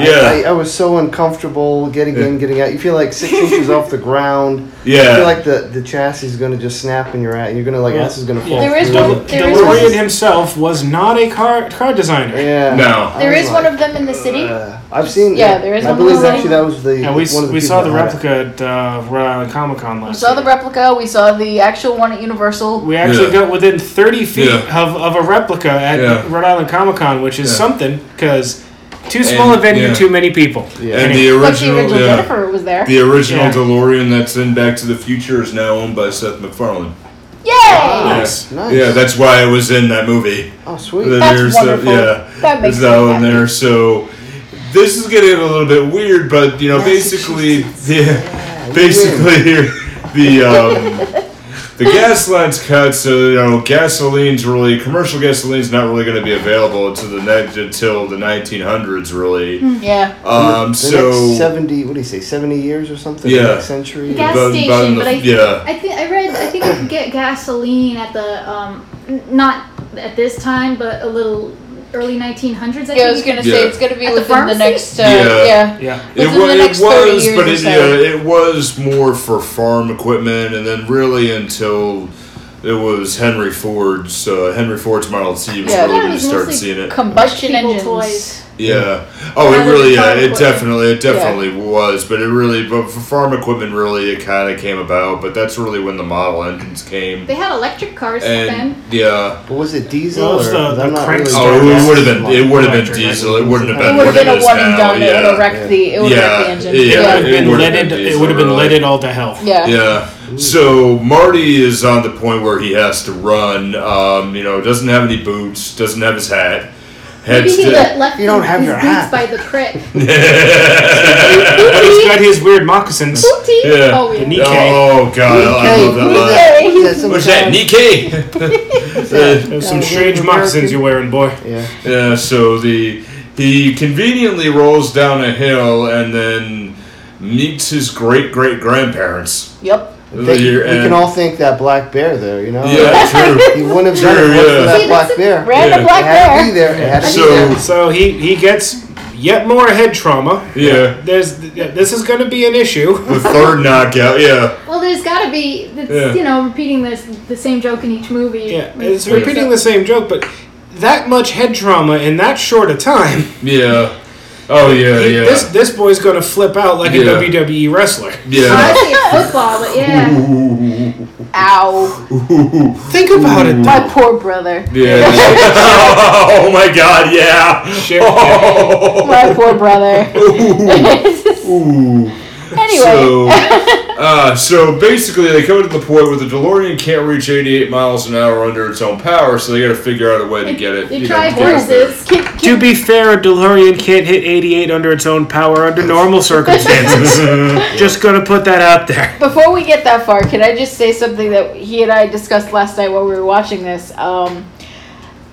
I-
Yeah.
I, I was so uncomfortable getting in, getting out. You feel like six inches off the ground.
Yeah.
You feel like the, the chassis is going to just snap in your ass. You're going to, like,
Yeah.
ass is going to fall
Yeah.
There is
through.
one- there is
DeLorean
one-
himself was not a car car designer.
Yeah.
no
There
I'm
is one
like,
of them in the city.
uh, I've seen.
Yeah,
it.
there is
I
one
believe
design.
actually that was the.
Yeah, we,
one of the people
we saw the
that had it.
replica at uh, Rhode Island Comic Con last
We saw the
year.
replica. We saw the actual one at Universal.
We actually
Yeah.
got within 30 feet
Yeah.
of, of a replica at
Yeah.
Rhode Island Comic Con, which is
Yeah.
something because too small
And-
a venue,
yeah.
too many people.
Yeah.
and
Anyway.
the
Like the
original
original
yeah,
Jennifer was there.
the original
Yeah.
delorean that's in back to the future is now owned by seth macfarlane
Yay!
Yes.
nice.
yeah that's why it was in that movie
Oh,
Then
sweet.
That's
there's
wonderful.
The, yeah,
That makes
there's that
me
one
happy.
there. So this is getting a little bit weird, but you know, basically, yeah, basically here the um, the gas lines cut. So you know, gasoline's really commercial gasoline's not really going to be available until the ne- until the 1900s, really.
Yeah.
Um,
The next
so
seventy. What do you say? Seventy years or something.
Yeah.
The next century.
gas
Bun-
station,
bun-
but I,
yeah.
I think I read. I think you can get gasoline at the um, n- not at this time, but a little early 1900s. I
Yeah, I was
think.
gonna
Yeah.
say it's gonna be
At the
within the,
pharmacy?
next. Uh,
Yeah.
yeah.
Yeah.
it,
Within
wa-
the
it
next 30
was,
years
but
or
it,
so.
yeah, it was more for farm equipment, and then really until. It was Henry Ford's uh, Henry Ford's Model T was
Yeah.
really
Yeah, it
when you
was
started
mostly
seeing it.
Combustion
People
engines.
toys.
Yeah. Oh, it
Rather
really.
than
Yeah,
farm
it
equipment.
definitely. It definitely was, but it really. But for farm equipment, really, it kind of came about. But that's really when the model engines came.
They had electric cars
And
then.
yeah.
But was it diesel?
Well, it was
or,
the-
'cause I'm
the
not
crank
really
start.
Oh,
sure.
it would have been. It would have been
Electric.
diesel. It wouldn't have been.
It would have
what
been
it
a
is
one and
now,
done. It would have
Yeah.
wrecked the. It would have
Yeah.
wrecked the engine.
Yeah.
It would have
It
been
would've
leaded.
been
It would have been
diesel, really.
leaded all to hell.
Yeah.
Yeah. So Marty is on the point where he has to run. Um, you know, doesn't have any boots. Doesn't have his hat.
Maybe
Heads
he
to-
let, left
You don't
his-
have
his
your
boots
hat.
by the crit.
He's got his weird moccasins.
Yeah.
Oh, yeah.
The knee-
Oh God, I love that line.
Yay!
What's that, Nikkei? Uh,
There's some strange moccasins you're wearing, boy.
Yeah.
Yeah, so the he conveniently rolls down a hill and then meets his great great grandparents.
Yep.
They, we can all thank that black bear, though. You know.
yeah,
He
true.
wouldn't have done it but for
Sure, yeah.
that
See,
black
that's a-
bear.
Random
Yeah.
It
black
had to be
bear.
there. It had to be
So
there.
So he he gets yet more head trauma.
yeah,
There's this is going to be an issue.
the third knockout. Yeah,
Well, there's got to be, it's,
Yeah.
you know, repeating this the same joke in each movie.
Yeah,
Makes
it's
sense.
repeating the same joke, but that much head trauma in that short a time.
yeah. Oh yeah,
He- This
yeah,
this boy's gonna flip out like
Yeah.
a WWE wrestler.
I
yeah.
think it's football, but yeah.
Ow.
Think about it.
My poor brother.
Yeah. oh my God! Yeah.
Shit.
Oh.
My poor brother.
Ooh.
anyway.
So, uh, so basically, they come to the point where the DeLorean can't reach 88 miles an hour under its own power, so they got to figure out a way to get it.
You
know,
try
to get it there.
horses.
Keep- keep-
To be fair, a DeLorean can't hit 88 under its own power under normal circumstances. Just gonna put that out there.
Before we get that far, can I just say something that he and I discussed last night while we were watching this? Um,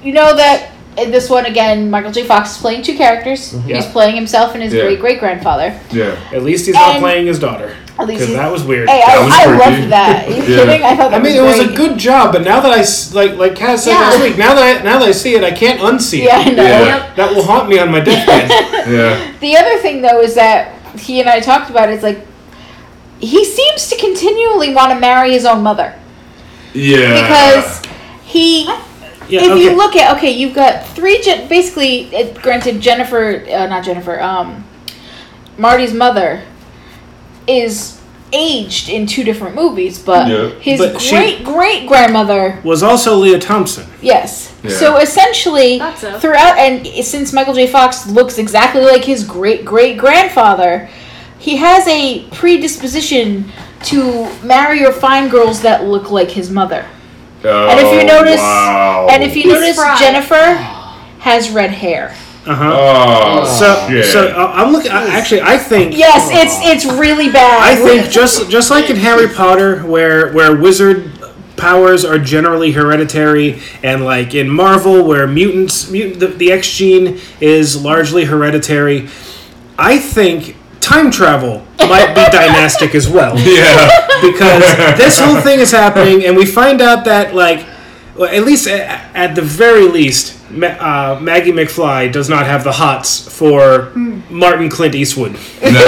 you know that in this one again, Michael J. Fox is playing two characters. He's
Yeah.
playing himself and his
Mm-hmm. Yeah.
great great grandfather.
Yeah.
At least he's
And-
not playing his daughter.
At least
Because
he's.
that was weird.
Hey, I,
That was
I
creepy.
loved that. Are you
Yeah.
kidding? I thought that
I mean, it
was
was
great.
a good job, but now that I s- like like Kaz said
Yeah.
last week, now that I, now that I see it, I can't unsee
Yeah, I
it.
know.
Yeah.
That will haunt me on my deathbed.
Yeah.
The other thing, though, is that he and I talked about it, it's like he seems to continually want to marry his own mother
Yeah.
because he.
Yeah,
if
okay.
you look at okay, you've got three. Gen- basically, it, granted, Jennifer, uh, not Jennifer, um, Marty's mother is aged in two different movies, but
Yeah.
his
But she-
great great grandmother,
was also Leah Thompson.
yes.
Yeah.
So essentially,
Thought so.
throughout, and since Michael J. Fox looks exactly like his great great grandfather, he has a predisposition to marry or find girls that look like his mother.
Oh,
and if you notice-
Oh.
wow.
And if you
He's
notice,
fried.
Jennifer has red hair.
Uh huh.
Oh.
So,
shit.
so uh, I'm looking. I, actually, I think.
Yes, it's it's really
I
bad.
think just just like in Harry Potter, where where wizard powers are generally hereditary, and like in Marvel, where mutants, mutant, the, the X gene is largely hereditary. I think time travel might be dynastic as well
Yeah.
because this whole thing is happening, and we find out that like, well, at least at, at the very least, Ma- uh, Maggie McFly does not have the hots for Martin Clint Eastwood.
No.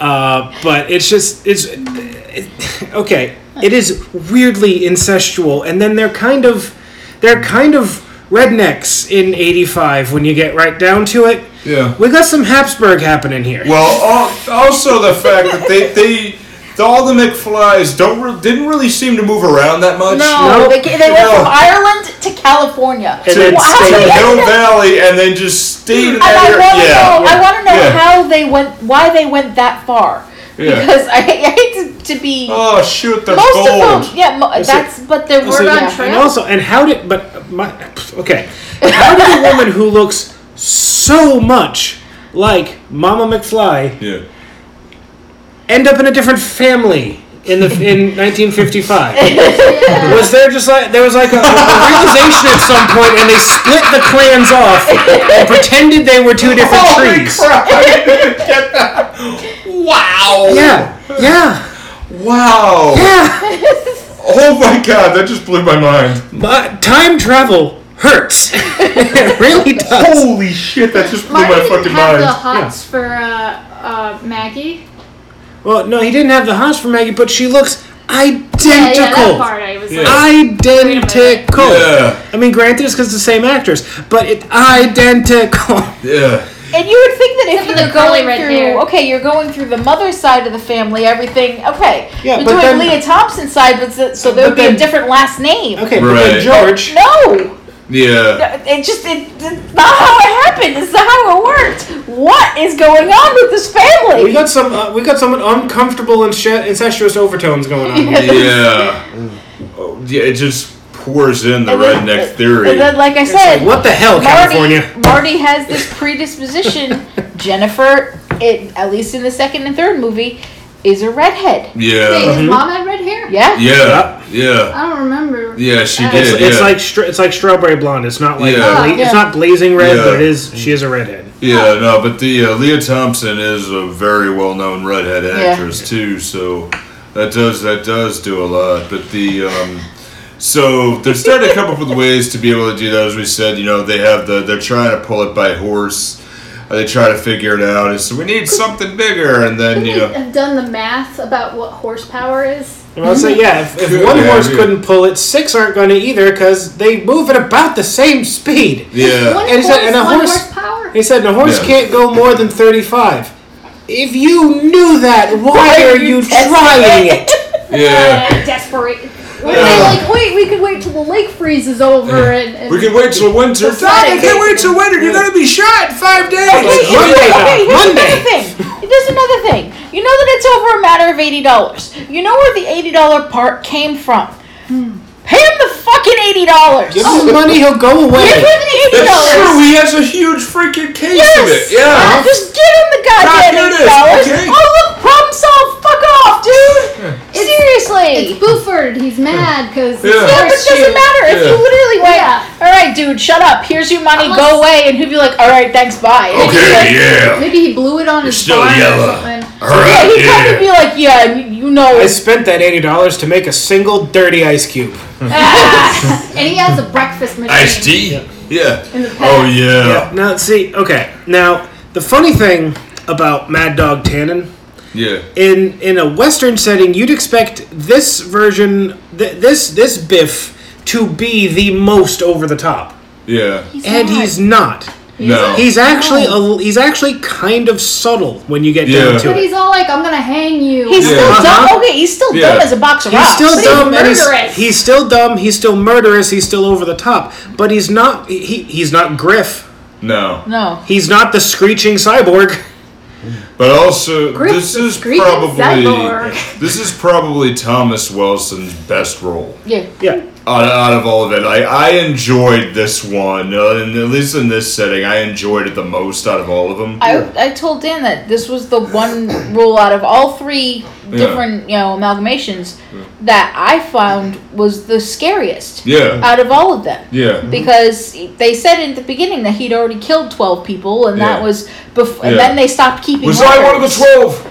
Uh, but it's just it's it, okay. It is weirdly incestual, and then they're kind of they're kind of rednecks in '85 when you get right down to it.
Yeah.
We got some Habsburg happening here.
Well, al- also the fact that they they all the McFlys don't re- didn't really seem to move around that much.
No,
No.
they, ca- they went
No.
from Ireland to California.
And
They
then
Wow.
stayed in
Yeah.
Hill Valley and then just stayed in
And I
that area.
want to know. I want to know
Yeah.
how they went, why they went that far.
Yeah.
Because I, I hate to, to be
Oh shoot, that's
most
gold.
of them. Yeah, mo-
Listen-
that's but they
So
were
then-
on
And
trail.
also, and how did but my okay? How did a woman who looks so much like Mama McFly
Yeah.
end up in a different family in the in 1955? Was there just like there was like a, a realization at some point, and they split the clans off and pretended they were two different
Holy
trees?
crap! Get that. Wow.
Yeah, yeah,
Wow.
yeah.
Oh my god, that just blew my mind.
But time travel hurts. it really does.
Holy shit, that just blew
Martin
my
didn't
fucking
have
mind.
the hots for uh, uh, Maggie.
Well, no, he didn't have the hots for Maggie, but she looks identical.
Yeah, yeah, that part I was like,
Yeah. Uh-huh.
Identical.
Yeah.
I mean, granted, it's because it's the same actress, but it identical.
Yeah.
And you would think that if
for
you're
the curly
going
red
through,
hair.
okay, you're going through the mother's side of the family, everything. Okay,
Yeah,
you're
but
doing
then-
Leah Thompson's side, but so, so there would
But
be a
then-
different last name.
Okay, but then
Right.
George.
No,
Yeah.
it just it, it's not how it happened. It's not how it worked. What is going on with this family?
We got some. Uh, we got some uncomfortable and incestuous overtones going on.
Yeah.
Yeah. Oh, yeah, it just pours in the
And then-
redneck theory.
And then, like I said,
What the hell,
Marty,
California?
Marty has this predisposition. Jennifer, it, at least in the second and third movie, is a redhead.
Wait,
yeah.
his mom had red hair?
Yeah.
Mm-hmm. Yeah. Yeah.
I don't remember.
Yeah, she
It's-
It's,
did. yeah.
it's like stra- it's like strawberry blonde. It's not like
Yeah.
bla-
Yeah.
it's not blazing red,
Yeah.
but it is. She is a redhead.
yeah, no, but the uh, Leah Thompson is a very well-known redhead actress too, so that does that does do a lot. But the um, so they're starting to come up with ways to be able to do that. As we said, you know, they have the they're trying to pull it by horse. Uh, They try to figure it out. And so we need something bigger, and then
Couldn't
you
they
know,
have done the math about what horsepower is?
And I'll say, yeah, if, if one
Yeah,
horse
yeah.
couldn't pull it, six aren't going to either because they move at about the same speed.
One
yeah,
And
horse,
so- and a
one
horse-
horsepower?
He said, "No horse
Yeah.
can't go more than 35." If you knew that, why are you
testing
trying it?
yeah.
Uh, desperate. Were they like, wait, we could wait till the lake freezes over and, and
We can wait till winter.
That's not
I
it.
can't wait till winter. You're gonna be shot in five days.
Hey,
Monday now.
okay, here's
Monday.
another thing. There's another thing. You know that it's over a matter of eighty dollars. You know where the eighty dollar part came from?
Hmm.
Pay him the fucking eighty dollars.
Give him the money, he'll go away.
Give him the eighty
That's true.
dollars.
He has a huge freaking case of
Yes.
it. Yeah.
Just give him the
God,
goddamn
here it
eighty
is.
dollars.
Okay.
Oh look, problem solved. Fuck off, dude. Seriously.
It's Buford. He's mad because
Yeah.
Yeah, but it doesn't matter. If you
Yeah.
literally went,
Yeah.
all right, dude, shut up. Here's your money.
Unless-
Go away. And he'd be like, all right, thanks, bye. And he'd be like-
Okay. Yeah.
Maybe he blew it on his
still
barn
yellow.
or something.
All
Yeah,
right.
he'd probably
Yeah.
be like, yeah, you- you know
I
it.
spent that eighty dollars to make a single dirty ice cube.
And he has a breakfast machine.
Iced tea. Yeah.
In the past.
Oh yeah.
Now, see, okay. Now, the funny thing about Mad Dog Tannen
Yeah.
in in a western setting, you'd expect this version, th- this this Biff, to be the most over the top,
Yeah.
and he's not.
No.
He's actually a, he's actually kind of subtle when you get down
Yeah.
to
But
it.
he's all like, I'm gonna hang you.
He's
Yeah.
still
Uh-huh.
dumb. Okay, he's still
Yeah.
dumb as a box of
He's
rocks.
still
But
dumb, and he's,
murderous.
he's still dumb. He's still murderous. He's still over the top, but he's not. He, he's not Griff.
No.
No.
He's not the screeching cyborg.
But also,
Griff
this
the
is
Screeching
probably
Cyborg.
this is probably Thomas Wilson's best role.
Yeah.
Yeah,
out, out of all of it. I, I enjoyed this one, uh, and at least in this setting, I enjoyed it the most out of all of them.
I, I told Dan that this was the one rule out of all three different you know amalgamations that I found was the scariest
yeah,
out of all of them.
yeah,
Because they said in the beginning that he'd already killed twelve people, and that
Yeah.
was before. And
Yeah.
then they stopped keeping.
was I one of the
records.
twelve?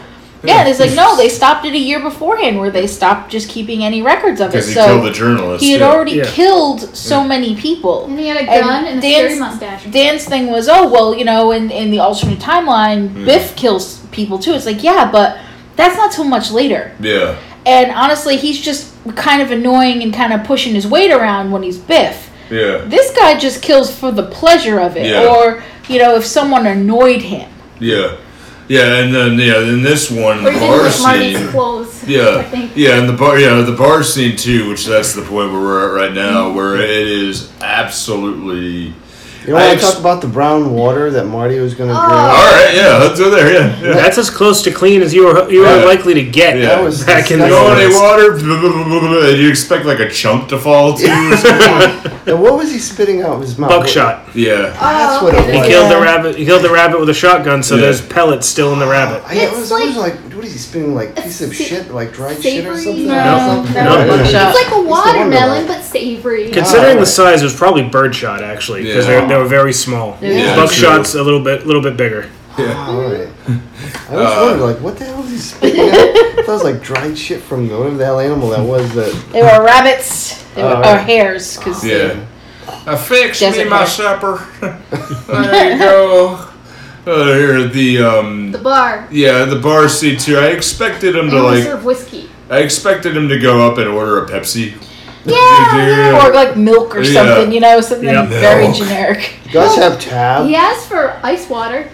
Yeah, and it's like no, they stopped it a year beforehand, where they stopped just keeping any records of it.
Because he
So
killed the journalist.
he had
yeah.
already
Yeah.
killed so many people.
And he had a gun and, a scary
Dan's-
mustache.
Dan's thing was, oh well, you know, in in the alternate timeline, Biff kills people too. It's like, yeah, but that's not till much later.
Yeah,
And honestly, he's just kind of annoying and kind of pushing his weight around when he's Biff.
yeah,
This guy just kills for the pleasure of it,
Yeah.
or you know, if someone annoyed him.
yeah, yeah, and then yeah, in this one, the
Or he did it
bar
with Marty's
scene.
clothes. I
Yeah,
think.
yeah, and the bar, yeah, the bar scene too, which that's the point where we're at right now,
Mm-hmm.
where it is absolutely.
You want
I
to
ex-
talk about the brown water that Marty was going to
Oh.
drink?
All right, yeah, let's go there. Yeah, yeah.
That's as close to clean as you were you
Yeah.
were likely to get
Yeah. That
was
back in
disgusting.
the
You want any
days.
water? Blah, blah, blah, blah, blah. You expect like a chunk to fall to? or something?
And what was he spitting out of his mouth?
Buckshot.
yeah.
That's
Oh,
what
okay,
it was.
He
that's-
killed the rabbit. He killed the rabbit with a shotgun, so
Yeah.
there's pellets still in the rabbit.
I, it
It's
was,
like-
it was like, what is he spitting? Like piece of
sa-
shit, like dried shit or
savory?
something?
No,
Or something?
that was
Yeah.
buckshot.
It's Oh, like a watermelon,
Wonderland.
but savory.
Considering
Ah.
the size, it was probably birdshot actually, because
Yeah.
they they were very small.
Yeah,
Buckshot's a little bit, little bit bigger.
Yeah.
All right. I
Uh,
was wondering, like, what the hell is he spitting out? that was like dried shit from the, whatever the hell animal that was. That
They were rabbits, they were,
Oh.
or hares, because
Yeah. I fixed
Desert
me my
cat.
supper. there you go. Uh, here, the um,
the bar.
yeah, the bar seat too. I expected him
And
to
we
like.
serve whiskey.
I expected him to go up and order a Pepsi.
yeah, or like milk or
Yeah.
something, you know, something
Yeah.
very
Milk.
generic.
you guys have tab.
He asked for ice water.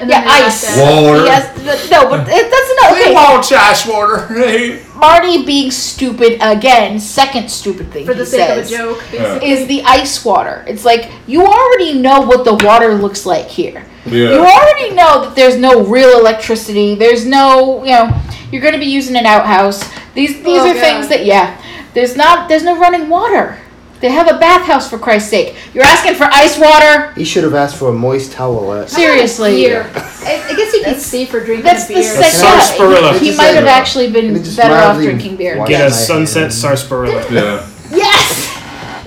And
Yeah,
then they
ice.
left it.
Water.
Yes, th- no, but it, that's not
They
okay.
want ice water. Hey.
Marty being stupid again, second stupid thing
For
he
the sake
says,
of a joke, basically.
is the ice water. It's like you already know what the water looks like here. You
yeah.
already know that there's no real electricity. There's no, you know, you're going to be using an outhouse. These these
Oh,
are
God.
things that yeah. There's not there's no running water. They have a bathhouse for Christ's sake. You're asking for ice water?
He should have asked for a moist towelette.
Seriously.
Beer. I, I guess you could see for drinking
That's
a
the
beer.
second.
That's sarsaparilla.
He,
It's
might have
like-
actually been
It's just
better off
mildly
drinking beer.
white.
Get
Oh, Yeah.
a sunset sarsaparilla.
Yeah.
Yes.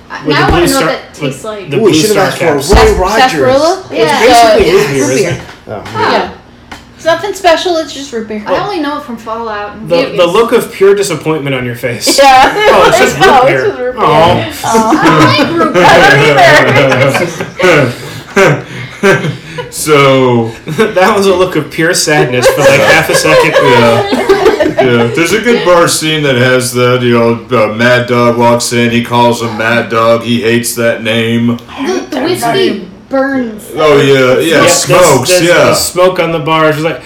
I-
With
now I
the
want
blue
to know
star-
what that
with
tastes like.
the
Ooh, he
blue
should have
star
asked for a
caps.
Sa-
Roy Rogers.
Sarsaparilla?
Yeah.
basically
root beer,
root
isn't
beer.
it?
Oh,
Yeah. It's nothing special, it's just root beer.
I only know it from Fallout. and
The,
Vegas.
the look of pure disappointment on your face.
Yeah.
Oh, it's just root
Oh,
beer. Oh,
just root beer.
Aw.
I don't like root beer.
so
that was a look of pure sadness for like half a second.
yeah. yeah. There's a good bar scene that has that. You know, uh, Mad Dog walks in. He calls him Mad Dog. He hates that name.
The, the whiskey burns.
Oh yeah, yeah.
Yep, there's-
smokes.
there's
yeah.
the smoke on the bar. It's just like,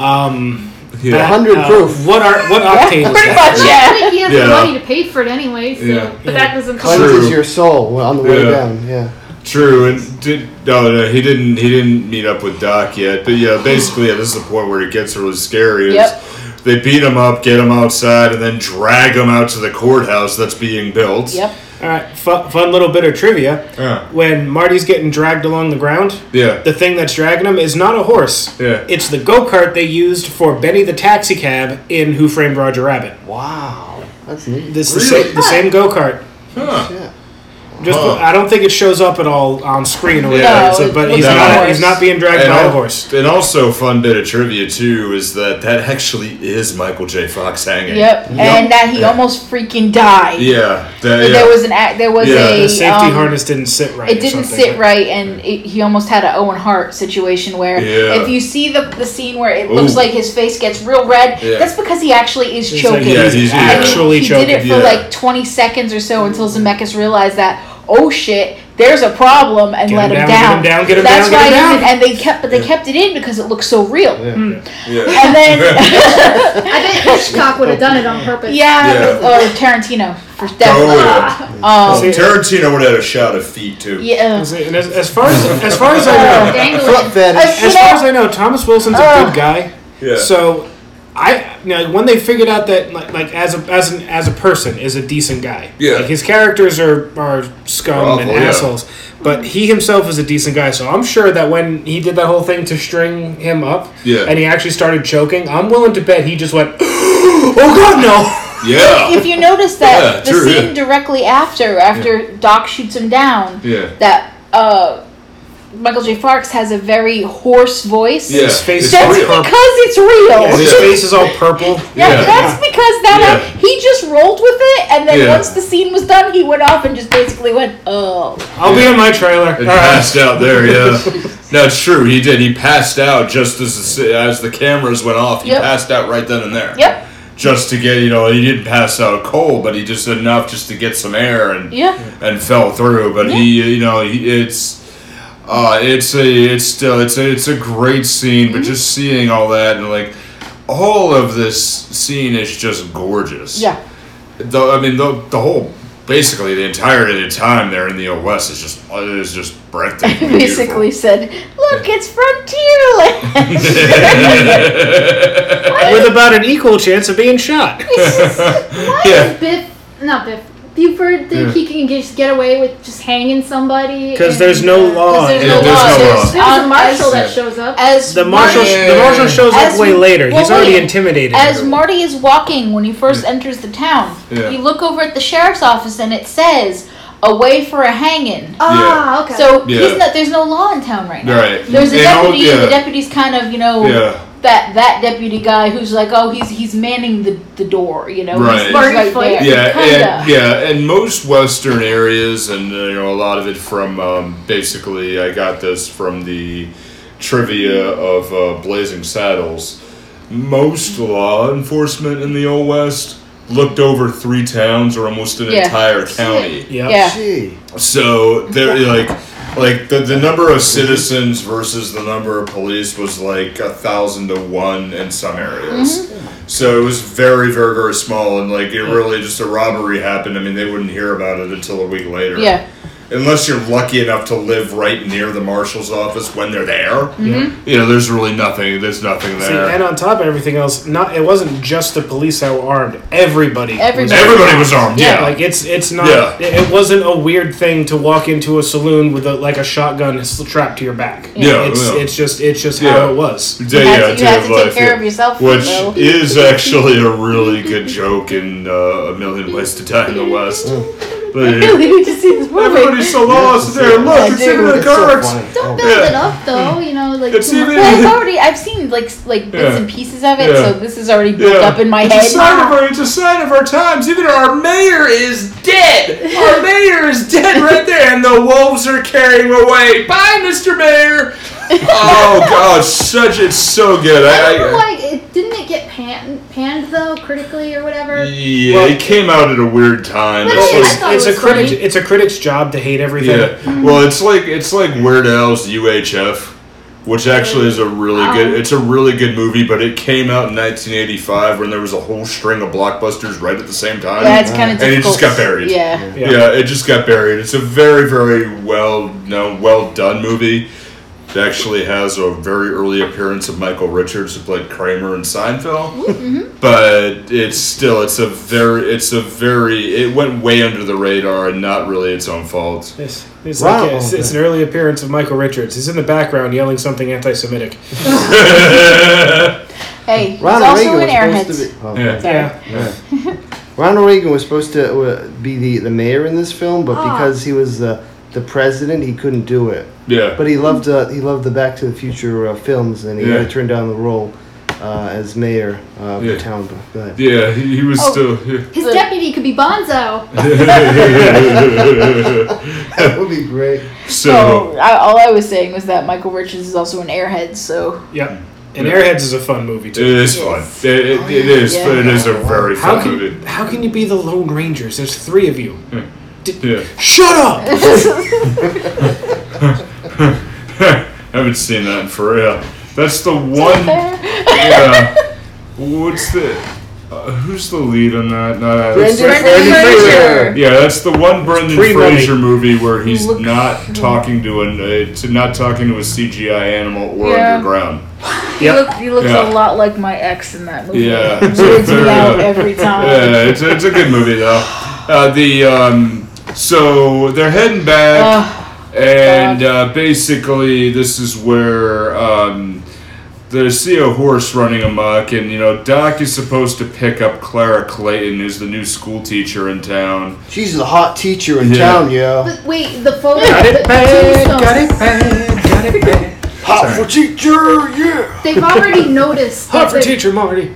um,
Yeah.
100
uh,
proof.
What are what octane? is
Pretty
that?
much, yeah.
I think he has
Yeah.
the money to pay for it anyway, so.
Yeah.
But that doesn't count.
Cleanses
True.
your soul on the way
Yeah.
down. Yeah.
True, and did, no, no, he didn't. He didn't meet up with Doc yet. But yeah, basically, yeah, this is the point where it gets really scary. Is
Yep.
They beat him up, get him outside, and then drag him out to the courthouse that's being built.
Yep.
All right, fun, fun little bit of trivia.
Yeah.
When Marty's getting dragged along the ground,
Yeah.
the thing that's dragging him is not a horse.
Yeah.
It's the go kart they used for Benny the taxi cab in Who Framed Roger Rabbit.
Wow. That's neat.
This the
Really?
same, the same go kart.
Huh.
yeah.
Just
Huh.
I don't think it shows up at all on screen or whatever.
No,
it's a-
it
but
looks
he's
like a
not
horse.
he's not being dragged by a
al-
horse.
and also, fun bit of trivia too is that that actually is Michael J. Fox hanging.
Yep. And that he almost freaking died.
Yeah. That,
And
yeah.
There was an act. There was
Yeah.
a
The safety
um,
harness didn't sit right.
It
or
didn't
something.
sit right, and it, he almost had an Owen Hart situation where
Yeah.
if you see the the scene where it looks
Ooh.
like his face gets real red,
Yeah.
that's because he actually is
It's
choking.
Like,
Yeah,
he's
he's- yeah.
actually
he
choking.
did it for
yeah.
like 20 seconds or so until Zemeckis realized that oh shit, there's a problem, and
Get
let
him
him
down,
down.
get him down, get him
That's
down,
why
get him
he did- and they kept, but they kept it in because it looked so real.
yeah.
And then,
I bet Hitchcock would have done it on purpose.
yeah,
Yeah.
or Tarantino for
Oh,
definitely.
yeah.
Um,
See,
Tarantino would have had a shot of feet too.
yeah. um,
And as, as far as as far as I know,
Dangling.
Foot fetish.
You
as far
know- Oh.
as I know, Thomas Wilson's a
Ugh.
good guy.
Yeah.
So I you know, when they figured out that like, like as a as an as a person is a decent guy.
Yeah.
Like his characters are are scum and
Awful, yeah.
assholes, but he himself is a decent guy. So I'm sure that when he did that whole thing to string him up,
Yeah.
and he actually started choking, I'm willing to bet he just went, "Oh God, no!"
Yeah.
If you notice that
Yeah,
the
true,
scene
yeah.
directly after, after Doc shoots him down,
Yeah.
that uh, Michael J. Fox has a very hoarse voice.
Yeah.
His face
it's
That's
real.
because it's real.
And his
Yeah.
face is all purple.
Yeah,
Yeah.
that's because that
Yeah.
he just rolled with it, and then
Yeah.
once the scene was done, he went off and just basically went, "Oh,
I'll be in my trailer.
And
All right.
passed out there, yeah. no, it's true. He did. He passed out just as the, as the cameras went off. He
Yep.
passed out right then and there.
yep,
Just to get, you know, he didn't pass out cold, but he just enough just to get some air and
yeah,
and fell through. But he, you know, he, it's uh, it's a it's still it's a, it's a great scene.
Mm-hmm.
But just seeing all that and like all of this scene is just gorgeous.
yeah."
The, I mean, the, the whole basically the entirety of the time they're in the OS is just uh, is just breathtaking. and beautiful.
Basically said, "Look, it's Frontierland."
With about an equal chance of being shot.
Why
Yeah.
is Biff not Biff? Buford think he can just get away with just hanging somebody?
'Cause
and,
there's no
uh,
law.
'Cause there's
Yeah,
no
there's
law.
no law.
There's,
There's a
um,
marshal
as-
that shows up.
As
The marshal,
Marty-
the marshal shows
As
up way
we-
later.
well,
He's already
wait.
intimidated.
As Marty is walking when he first enters the town,
Yeah.
you look over at the sheriff's office and it says, "Away for a hanging."
ah, okay.
So he's
Yeah.
not, there's no law in town right now.
Right.
There's a
And all-
deputy, and the
yeah.
deputy's kind of you know
yeah.
that that deputy guy who's like, oh, he's he's manning the, the door, you know,
Right.
he's, he's
Burning
right
fire.
there,
Yeah,
kinda.
and, yeah, and most Western areas, and uh, you know, a lot of it from um, basically, I got this from the trivia of uh, Blazing Saddles. Most law enforcement in the Old West looked over three towns or almost an
Yeah.
entire county.
Oh,
Yep.
Yeah.
Gee.
So they're like, like the, the number of citizens versus the number of police was like a thousand to one in some areas. So it was very, very, very small, and like it really just a robbery happened. I mean, they wouldn't hear about it until a week later.
Yeah.
Unless you're lucky enough to live right near the marshal's office when they're there. You know, there's really nothing. There's nothing
See, and
there.
on top of everything else, not it wasn't just the police that were armed. Everybody. was
Everybody.
armed.
Everybody was armed.
Yeah,
Yeah.
like it's it's not.
Yeah.
It, it wasn't a weird thing to walk into a saloon with a, like a shotgun s- strapped to your back.
Yeah,
it's
yeah.
it's just it's just
Yeah.
how it was.
Yeah,
You had to-
yeah,
you had to
life,
take care
yeah.
of yourself,
which
though.
is actually a really good joke in uh, A Million Ways to Die in the West. But,
Really need to see this movie.
Mm. Everybody's so lost there.
I
Look, it's
do.
even the
It's so
cards.
funny.
Don't
Oh,
build
yeah.
it up though, you know, like
It's
too much.
even-
Well, I've already I've seen like s- like bits
Yeah.
and pieces of it, so
Yeah.
this is already built up in my
it's
head.
A sign of our, it's a sign of our times. Even our mayor is dead. Our mayor is dead right there, and the wolves are carrying him away. Bye, Mr. Mayor. oh God, such it's so good.
I
I,
don't know
I,
why it didn't it get pan, panned though critically or whatever.
yeah,
Well-
it came out at a weird time.
But
It's
it- I
like-
It's,
thought it
it's
was
a critic.
funny.
It's a critic's job to hate everything.
Yeah. Well, it's like it's like Weird Al's UHF, which actually is a really good. It's a really good movie, but it came out in 1985 when there was a whole string of blockbusters right at the same time.
yeah, it's kind of
And it
difficult.
just got buried.
Yeah.
yeah. it just got buried. It's a very, very well known, well done movie. It actually has a very early appearance of Michael Richards, who played Kramer in Seinfeld. But it's still, it's a very, it's a very, it went way under the radar and not really its own fault.
It's, it's
Wow.
like a- it's, it's an early appearance of Michael Richards. He's in the background yelling something anti-Semitic.
Hey, he's
Ronald
also in
Reagan was
Airheads.
supposed to be. oh.
Yeah.
Sorry.
Ronald Reagan was supposed to uh, be the, the mayor in this film, but
Ah.
because he was the the president, he couldn't do it.
Yeah.
But he loved uh, he loved the Back to the Future uh, films, and he
Yeah.
had to turn down the role uh, as mayor uh, of
Yeah.
the town. But go ahead.
yeah, he, he was
Oh.
still. Yeah.
His deputy could be Bonzo.
that would be great.
So
So,
I, all I was saying was that Michael Richards is also in Airheads, so
Yep. And Airheads is a fun movie
it
too.
is fun. It, it, it is, but it is a very
How
fun
can
movie.
how can you be the Lone Rangers? There's three of you.
Yeah.
Shut up!
Haven't seen that in for real. That's the one.
Fair.
Yeah. What's the? Uh, who's the lead on that? No, no, that's-
Brendan Fraser.
yeah, that's the one Brendan
Pre-mummy.
Fraser movie where he's
Looks-
not talking to an uh, to not talking to a CGI animal or
Yeah.
underground.
He,
Yep.
look, he looks
Yeah.
a lot like my ex in that movie.
Yeah.
Weirds me out
Yeah.
every time.
Yeah, it's, it's a good movie though. Uh, the um, so they're heading back, and uh, basically this is where um, they see a horse running amok, and you know Doc is supposed to pick up Clara Clayton, who's the new school teacher in town.
She's the hot teacher in
Yeah.
town, yo.
But wait, the photo.
Got
the,
it
the
bad,
tombstones,
got it bad, got it bad.
Hot for teacher, yeah.
They've already noticed.
Hot
that
for
the-
teacher Marty.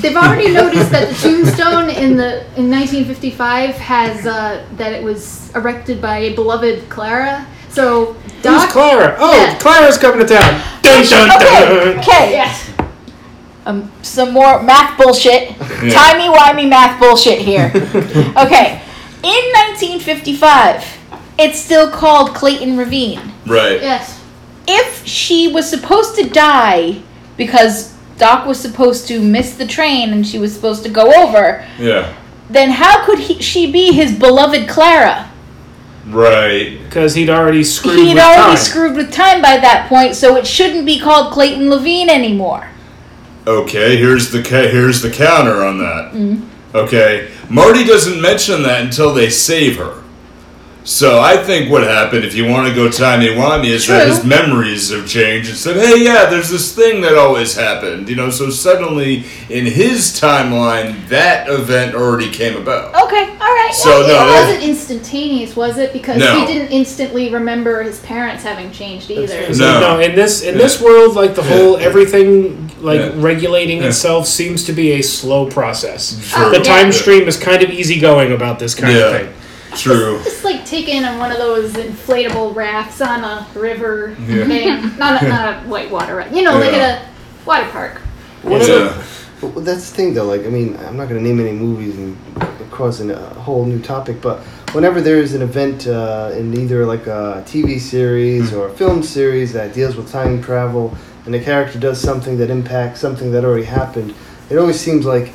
They've already noticed that the tombstone in the in 1955 has uh, that it was erected by a beloved Clara. So
Who's
Doc.
Clara? Oh,
Yeah.
Clara's coming to town. Dun, dun,
Okay,
dun.
okay.
Yes.
Um, some more math bullshit. Timey wimey math bullshit here. okay, in 1955, it's still called Clayton Ravine.
Right.
Yes.
If she was supposed to die because Doc was supposed to miss the train and she was supposed to go over,
Yeah.
then how could he, she be his beloved Clara?
Right.
Because he'd already screwed
He'd
with
already
time.
screwed with time by that point, so it shouldn't be called Clayton Levine anymore.
Okay. Here's the ca- here's the counter on that. Okay. Marty doesn't mention that until they save her. So I think what happened, if you want to go timey wimey, is that
True.
his memories have changed and said, "Hey, yeah, there's this thing that always happened," you know. So suddenly, in his timeline, that event already came
Oh,
about.
Okay, alright.
So no,
it
that-
wasn't instantaneous, was it? Because
No.
he didn't instantly remember his parents having changed either.
It's
No.
like, no, in this in this world, like the whole everything like
Yeah.
regulating
Yeah.
itself seems to be a slow process.
True.
uh, The
Yeah.
time stream is kind of easygoing about this kind
Yeah.
of thing.
True.
Just like taking on one of those inflatable rafts on a river
Yeah.
thing. Not a, not a whitewater raft. You know, like
Yeah.
at a water park.
Yeah.
But well, that's the thing, though. Like, I mean, I'm not going to name any movies and cause an- a whole new topic, but whenever there is an event uh, in either like a TV
Hmm.
series or a film series that deals with time travel, and a character does something that impacts something that already happened, it always seems like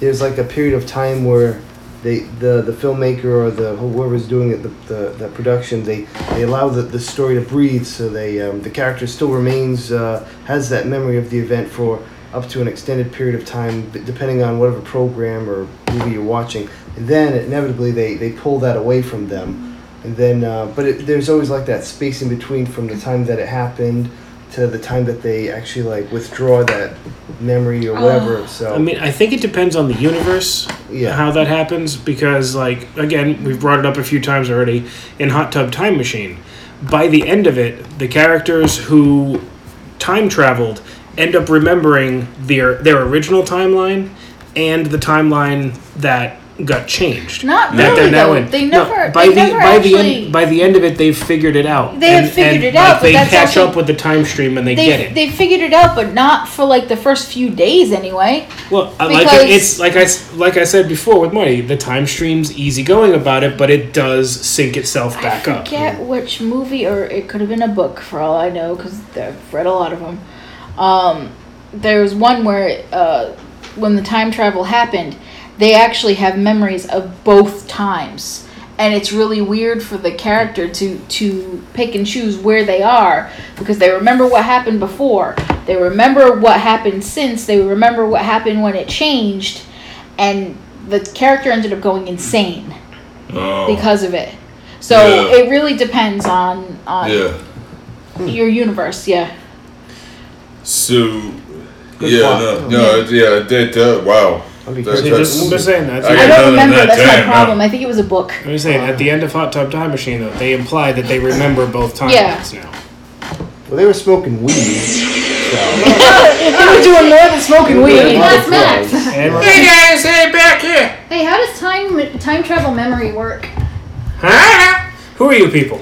there's like a period of time where they the, the filmmaker or the whoever's doing it the, the, the production they, they allow the, the story to breathe so they um, the character still remains uh, has that memory of the event for up to an extended period of time b- depending on whatever program or movie you're watching and then inevitably they, they pull that away from them and then uh, but it, there's always like that space in between from the time that it happened to the time that they actually like withdraw that memory or whatever so
I mean, I think it depends on the universe
Yeah.
how that happens because, like, again, we've brought it up a few times already in Hot Tub Time Machine. By the end of it, the characters who time traveled end up remembering their their original timeline and the timeline that got changed.
Not
that
really,
they're now
though.
in.
They
No,
never-
by
they
the
never
by the
actually-
end, by the end of it, they've figured it out.
They have
And-
figured
and,
it out,
like,
but
they
that's
catch
also-
up with the time stream and they,
they
get it.
they figured it out, but not for like the first few days anyway.
Well, I like
Because-
it, it's like I s- like I said before with Marty, the time stream's easygoing about it, but it does sync itself back
I
up.
forget which movie, or it could have been a book for all I know, because I've read a lot of them. Um, there was one where uh, when the time travel happened, they actually have memories of both times. And it's really weird for the character to, to pick and choose where they are because they remember what happened before, they remember what happened since, they remember what happened when it changed, and the character ended up going insane
Oh.
because of it. So
Yeah.
it really depends on on
Oh, Yeah.
your universe. Yeah,
So. Yeah.
plot.
No. No. it- Yeah. That. Uh, wow.
That'd be good.
See,
That's-
just, I'm just saying that.
I
I
Yeah, no,
don't remember.
that
That's
time,
my problem. I think it was a book.
I'm just saying at the end of Hot Tub Time Machine, though, they imply that they remember both timelines
Yeah.
now.
Well, they were smoking weed. So.
they were doing more than smoking weed.
That's Max.
And we're-
Hey guys, hey back here.
Hey, how does time time travel memory work?
Huh?
who are you people?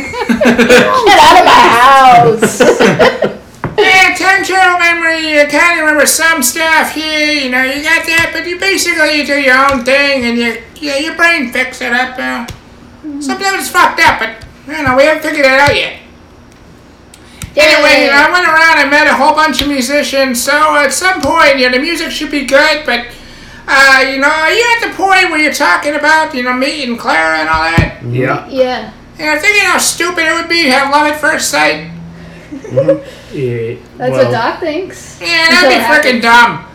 Get out of my house.
Yeah, time travel memory, you kind of remember some stuff here, you know, you got that, but you basically you do your own thing and you, yeah, your brain fixes it up, you know. Sometimes it's fucked up, but, you know, we haven't figured it out yet. Anyway, you know, I went around and met a whole bunch of musicians, so at some point, you know, the music should be good, but, uh, you know, are you at the point where you're talking about, you know, me and Clara and all that?
Yeah.
Yeah.
And I'm thinking how stupid it would be to have love at first sight.
Yeah,
That's
well,
what Doc thinks.
Yeah, that'd be
Until
freaking
it
dumb.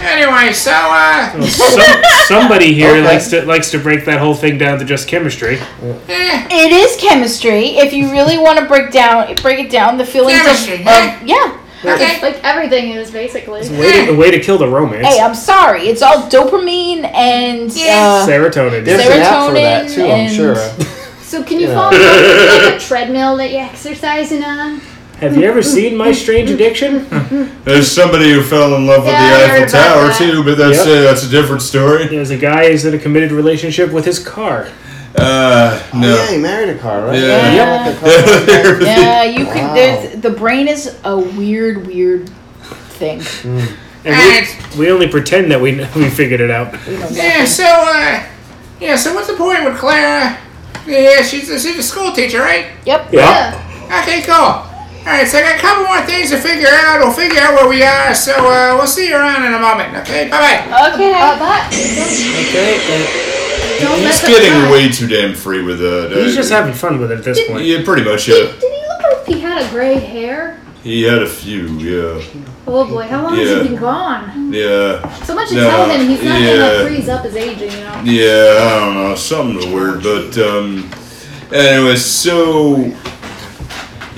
Anyway, so, uh,
well, some, somebody here
Okay.
likes to likes to break that whole thing down to just chemistry.
eh,
It is chemistry. If you really want to break down, break it down. The feelings
Chemistry,
of,
huh?
of yeah.
okay.
Like everything is basically.
Way to, way to kill the romance.
Hey, I'm sorry. It's all dopamine and
Yes.
uh,
Serotonin.
There's an app for that
Serotonin
too, I'm
and-
sure.
So can you
Yeah.
follow follow like a treadmill that you're exercising on?
Have you ever seen My Strange Addiction?
There's somebody who fell in love with
Yeah, I
the
heard
Eiffel
about
Tower
that.
too, but that's
Yep.
uh, that's a different story.
There's a guy who's in a committed relationship with his car.
Uh, no.
Yeah, he married a car, right?
Yeah.
Yeah.
The car-
yeah. You
Wow.
can. There's the brain is a weird, weird thing.
And we, we only pretend that we we figured it out.
You know,
Yeah, so, uh, yeah, so what's the point with Clara? Yeah, she's a, she's a school teacher, right?
Yep.
Yeah.
Okay, cool. Alright, so I got a couple more things to figure out. We'll figure out where we are, so, uh, we'll see you around in a moment, okay? Bye bye.
Okay.
Uh, but don't,
Okay.
don't
He's
mess up
getting
time.
way too damn free with it.
He's just having fun with it at this point.
yeah, pretty much.
Did,
Yeah,
did he look like he had a gray hair?
he had a few. Yeah,
Oh boy, how long
Yeah.
has he been gone?
yeah,
So much to
No,
tell him he's not
yeah.
gonna freeze up his aging, you know.
yeah. I don't know, something's weird, but um, anyway, so.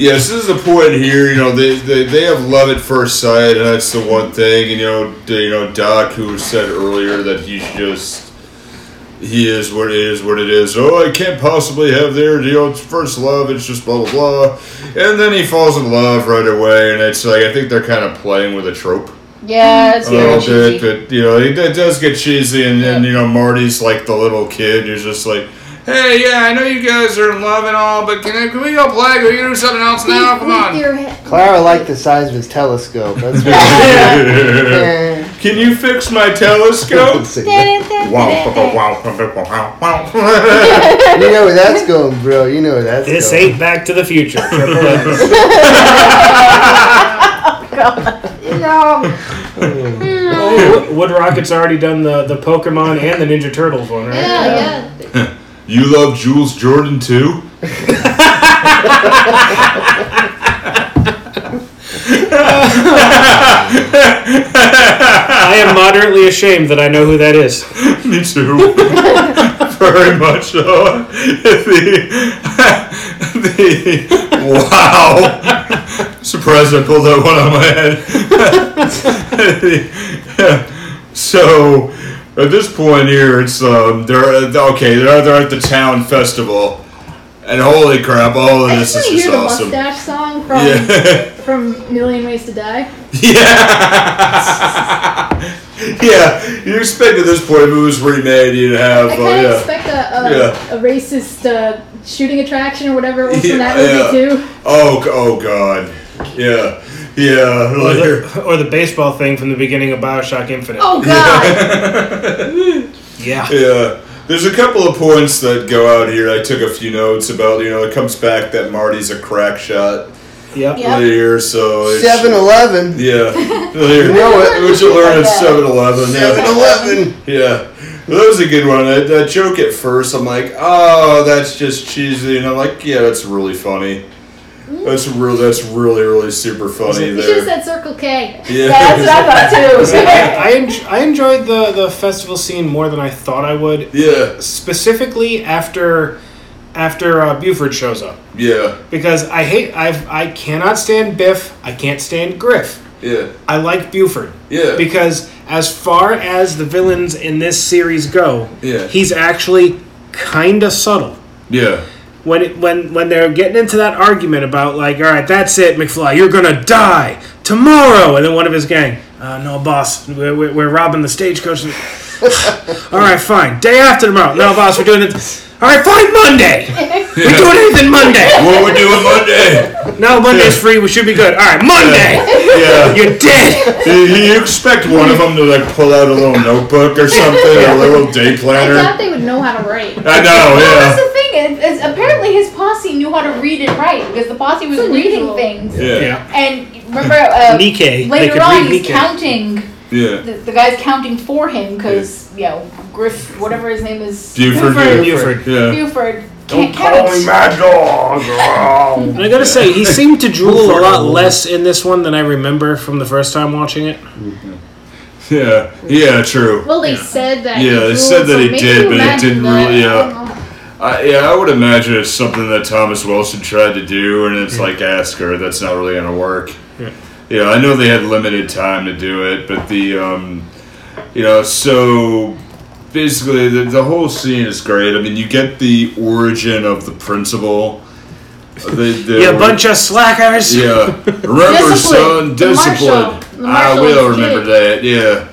Yes, this is the point here. You know, they, they, they have love at first sight, and that's the one thing. And, you know, d- you know, Doc, who said earlier that he's just he is what it is, what it is. Oh, I can't possibly have their you know it's first love. It's just blah blah blah, and then he falls in love right away. And it's like I think they're kind of playing with a trope
Yeah. It's
a
very
little
cheesy.
bit, but you know, it, it does get cheesy, and then you know, Marty's like the little kid. You're just like, hey, yeah, I know you guys are in love and all, but can, I, can we go play? Can we do something else now? Come
With
on.
your head.
Clara liked the size of his telescope. That's what
can you fix my telescope?
You know where that's going, bro. You know where that's
This
going.
ain't Back to the Future. Triple X. Wood- Oh, Wood Rocket's already done the, the Pokemon and the Ninja Turtles one, right?
Yeah, yeah.
you love Jules Jordan too?
I am moderately ashamed that I know who that is.
Me too. Very much so. the, the, wow. Surprised I pulled that one out of my head. so, at this point here, it's um, they're okay. They're they're at the town festival, and holy crap! All of
I
this
just
is
want to
just awesome.
hear the mustache song from
Yeah.
from Million Ways to Die.
Yeah. yeah. You expect at this point, if it was remade, you'd have
I
uh,
kind of
yeah.
expect a, a,
Yeah.
a racist uh, shooting attraction or whatever it was from
Yeah,
that movie
yeah.
too.
Oh, g- oh God. Yeah. Yeah.
Or
Like,
the, or the baseball thing from the beginning of Bioshock Infinite.
Oh god!
Yeah.
yeah. There's a couple of points that go out here. I took a few notes about, you know, it comes back that Marty's a crack shot
Yep.
Yep.
later, so. it's-
7 Eleven.
Yeah. Later.
know it.
Which you learn at 7 Eleven.
7 Eleven.
Yeah. Well, that was a good one. That, that joke at first, I'm like, oh, that's just cheesy. And I'm like, yeah, that's really funny. That's real. That's really, really super funny
You should have
there.
said Circle K.
Yeah.
That's what I thought too.
I, en- I enjoyed the, the festival scene more than I thought I would,
yeah.
specifically after after uh, Buford shows up.
Yeah.
Because I hate, I've, I cannot stand Biff, I can't stand Griff.
Yeah.
I like Buford.
Yeah.
Because as far as the villains in this series go,
Yeah.
he's actually kind of subtle.
Yeah.
when it, when when they're getting into that argument about like, all right, that's it, McFly, you're gonna die tomorrow, and then one of his gang, uh, no, boss, we're, we're, we're robbing the stagecoach. all right, fine, day after tomorrow, no, boss, we're doing it. All right, fine, Monday. We're doing anything Monday.
What we doing Monday?
No, Monday's free. We should be good. All right, Monday.
Yeah.
You're dead.
You expect one of them to like pull out a little notebook or something, or a little day
I
planner.
thought they would know how to write.
I
Well,
know.
that's the thing. Is, is apparently his posse knew how to read and write because the posse was
It's
reading
unusual.
things.
Yeah. Yeah.
Yeah.
And remember, uh,
Nikkei. They could
later on,
read
he's
Nikkei.
counting.
Yeah.
The, the guy's counting for him because you know Griff, whatever his name is,
Buford.
Buford.
Yeah.
Buford
Don't call me my dog.
And I gotta say, he seemed to drool a lot less in this one than I remember from the first time watching it.
yeah, yeah, true.
Well, they said that.
Yeah, they
drooled,
said that
so
he
maybe
did,
you
but it
imagine
didn't
that.
really,
I
uh,
don't know.
I, yeah, I would imagine it's something that Thomas Wilson tried to do, and it's like ask her. That's not really gonna work.
Yeah.
Yeah, I know they had limited time to do it, but the um, you know, so basically the, the whole scene is great. I mean, you get the origin of the principle. The, the
Yeah, bunch of slackers.
Yeah, remember,
Discipline.
son,
The marshal.
discipline.
The
I
marshal
will
is kid.
remember that. Yeah,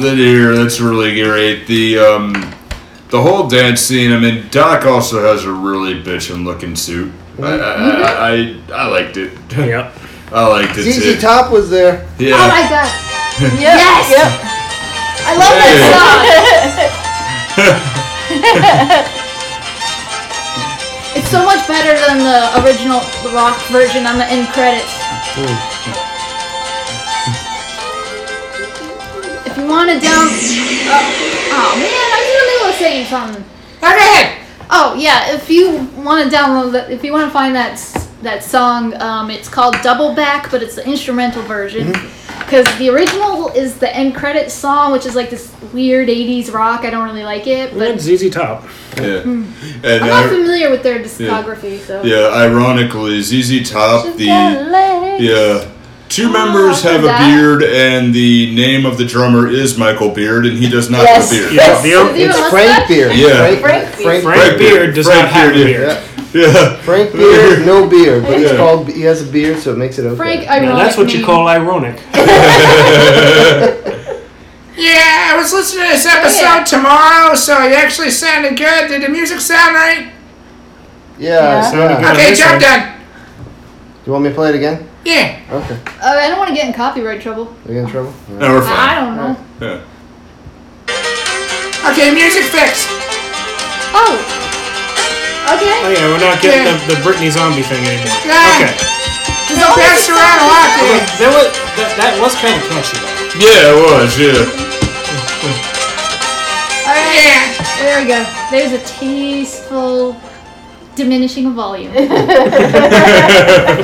that here, that's really great. The um, the whole dance scene. I mean, Doc also has a really bitchin' looking suit. I I,
Mm-hmm.
I, I liked it.
Yep.
I liked it.
ZZ
too.
Top was there.
Yeah.
Oh my god.
Yes. Yep.
I love
Hey.
that song. it's so much better than the original rock version on the end credits. If you want to down. Oh, oh man, I was in the middle of saying something.
Go ahead.
Oh yeah, if you want to download that, if you want to find that s- that song, um, it's called Double Back, but it's the instrumental version. Because the original is the end credit song, which is like this weird '80s rock. I don't really like it, but
And ZZ Top.
Yeah. And
Hmm. I'm
I-
not familiar with their discography. So
yeah, ironically, ZZ Top the yeah. Two members
I
have a
forgot.
beard, and the name of the drummer is Michael Beard, and he does not
Yes.
have a beard.
Yeah, the,
Does he
o-
have
It's
a
Frank
mustache?
Beard.
Yeah.
Frank
Frank,
Frank
Frank
Beard does
Frank
not have a
Beard,
beard.
Yeah.
Yeah.
Frank Beard, no beard, but it's called. He has a beard, so it makes it okay.
Frank,
uh,
Now,
ironic
that's what you
name.
call ironic.
Yeah, I was listening to this episode
yeah.
tomorrow, so it actually sounded good. Did the music sound right?
Yeah.
Yeah.
Sounded
yeah.
good.
Okay,
this
job
one.
done.
You want me to play it again?
Yeah.
Okay.
Uh, I don't want to get in copyright trouble.
Are you in trouble? All right.
No, we're
I
fine.
don't know.
Yeah.
Okay, music fixed.
Oh.
Oh
Okay.
yeah, we're not getting the, the Britney zombie thing anymore.
Yeah.
Okay.
Does
Don't
always
pass around a
sound
lot,
good?
dude.
That was that, that was kind of catchy. though.
Yeah, it was. Yeah.
All right.
Yeah.
There we go. There's a tasteful diminishing of volume.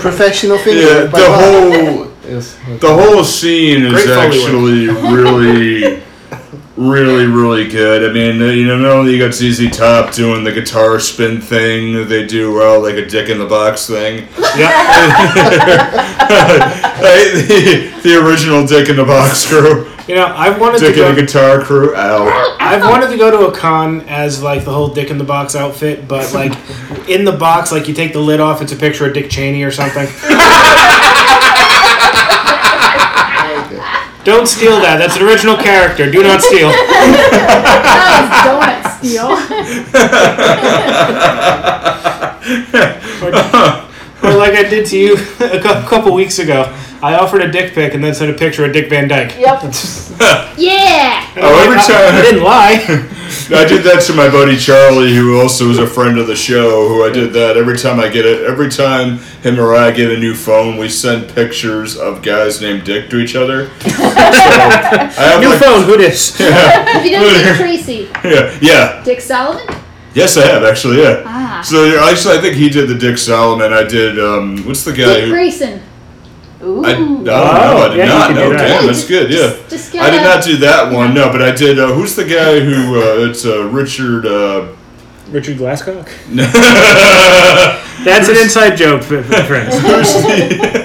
Professional finger.
Yeah.
by
The
Bob.
whole
Yes.
the whole scene is
Great Foley
actually really, really, really good. I mean, you know, not only you got ZZ Top doing the guitar spin thing that they do well, like a dick in the box thing.
Yeah.
Like, the, the original dick in the box crew,
You know, I've wanted
dick
to go,
in the guitar crew. Ow.
I've wanted to go to a con as like the whole dick in the box outfit, but like in the box, like you take the lid off, it's a picture of Dick Cheney or something. Don't steal that. That's an original character. Do not steal.
That was donut steal.
Or like I did to you a cou- couple weeks ago. I offered a dick pic and then sent a picture of Dick Van Dyke.
Yep.
Yeah.
Oh, every
I-
time.
I didn't lie.
I did that to my buddy Charlie, who also is a friend of the show. Who I did that every time I get it. Every time him or I get a new phone, we send pictures of guys named Dick to each other. So, I have
New
like-
phone, who dis?
If you don't see Tracy,
yeah, yeah,
Dick Solomon.
yes, I have actually. Yeah.
Ah.
So yeah, actually, I think he did the Dick Solomon. I did. Um, what's the guy?
Dick
Who,
Grayson.
Ooh.
I, I don't know.
Oh,
I did
yeah, you
not
could do
know.
that.
Damn,
Yeah,
that's
just-
good. Yeah.
Just, just get
I did
a-
not do that one. No, but I did. Uh, who's the guy who? Uh, it's uh, Richard. Uh,
Richard Glasscock? That's an inside joke, f- f- friends.
who's the?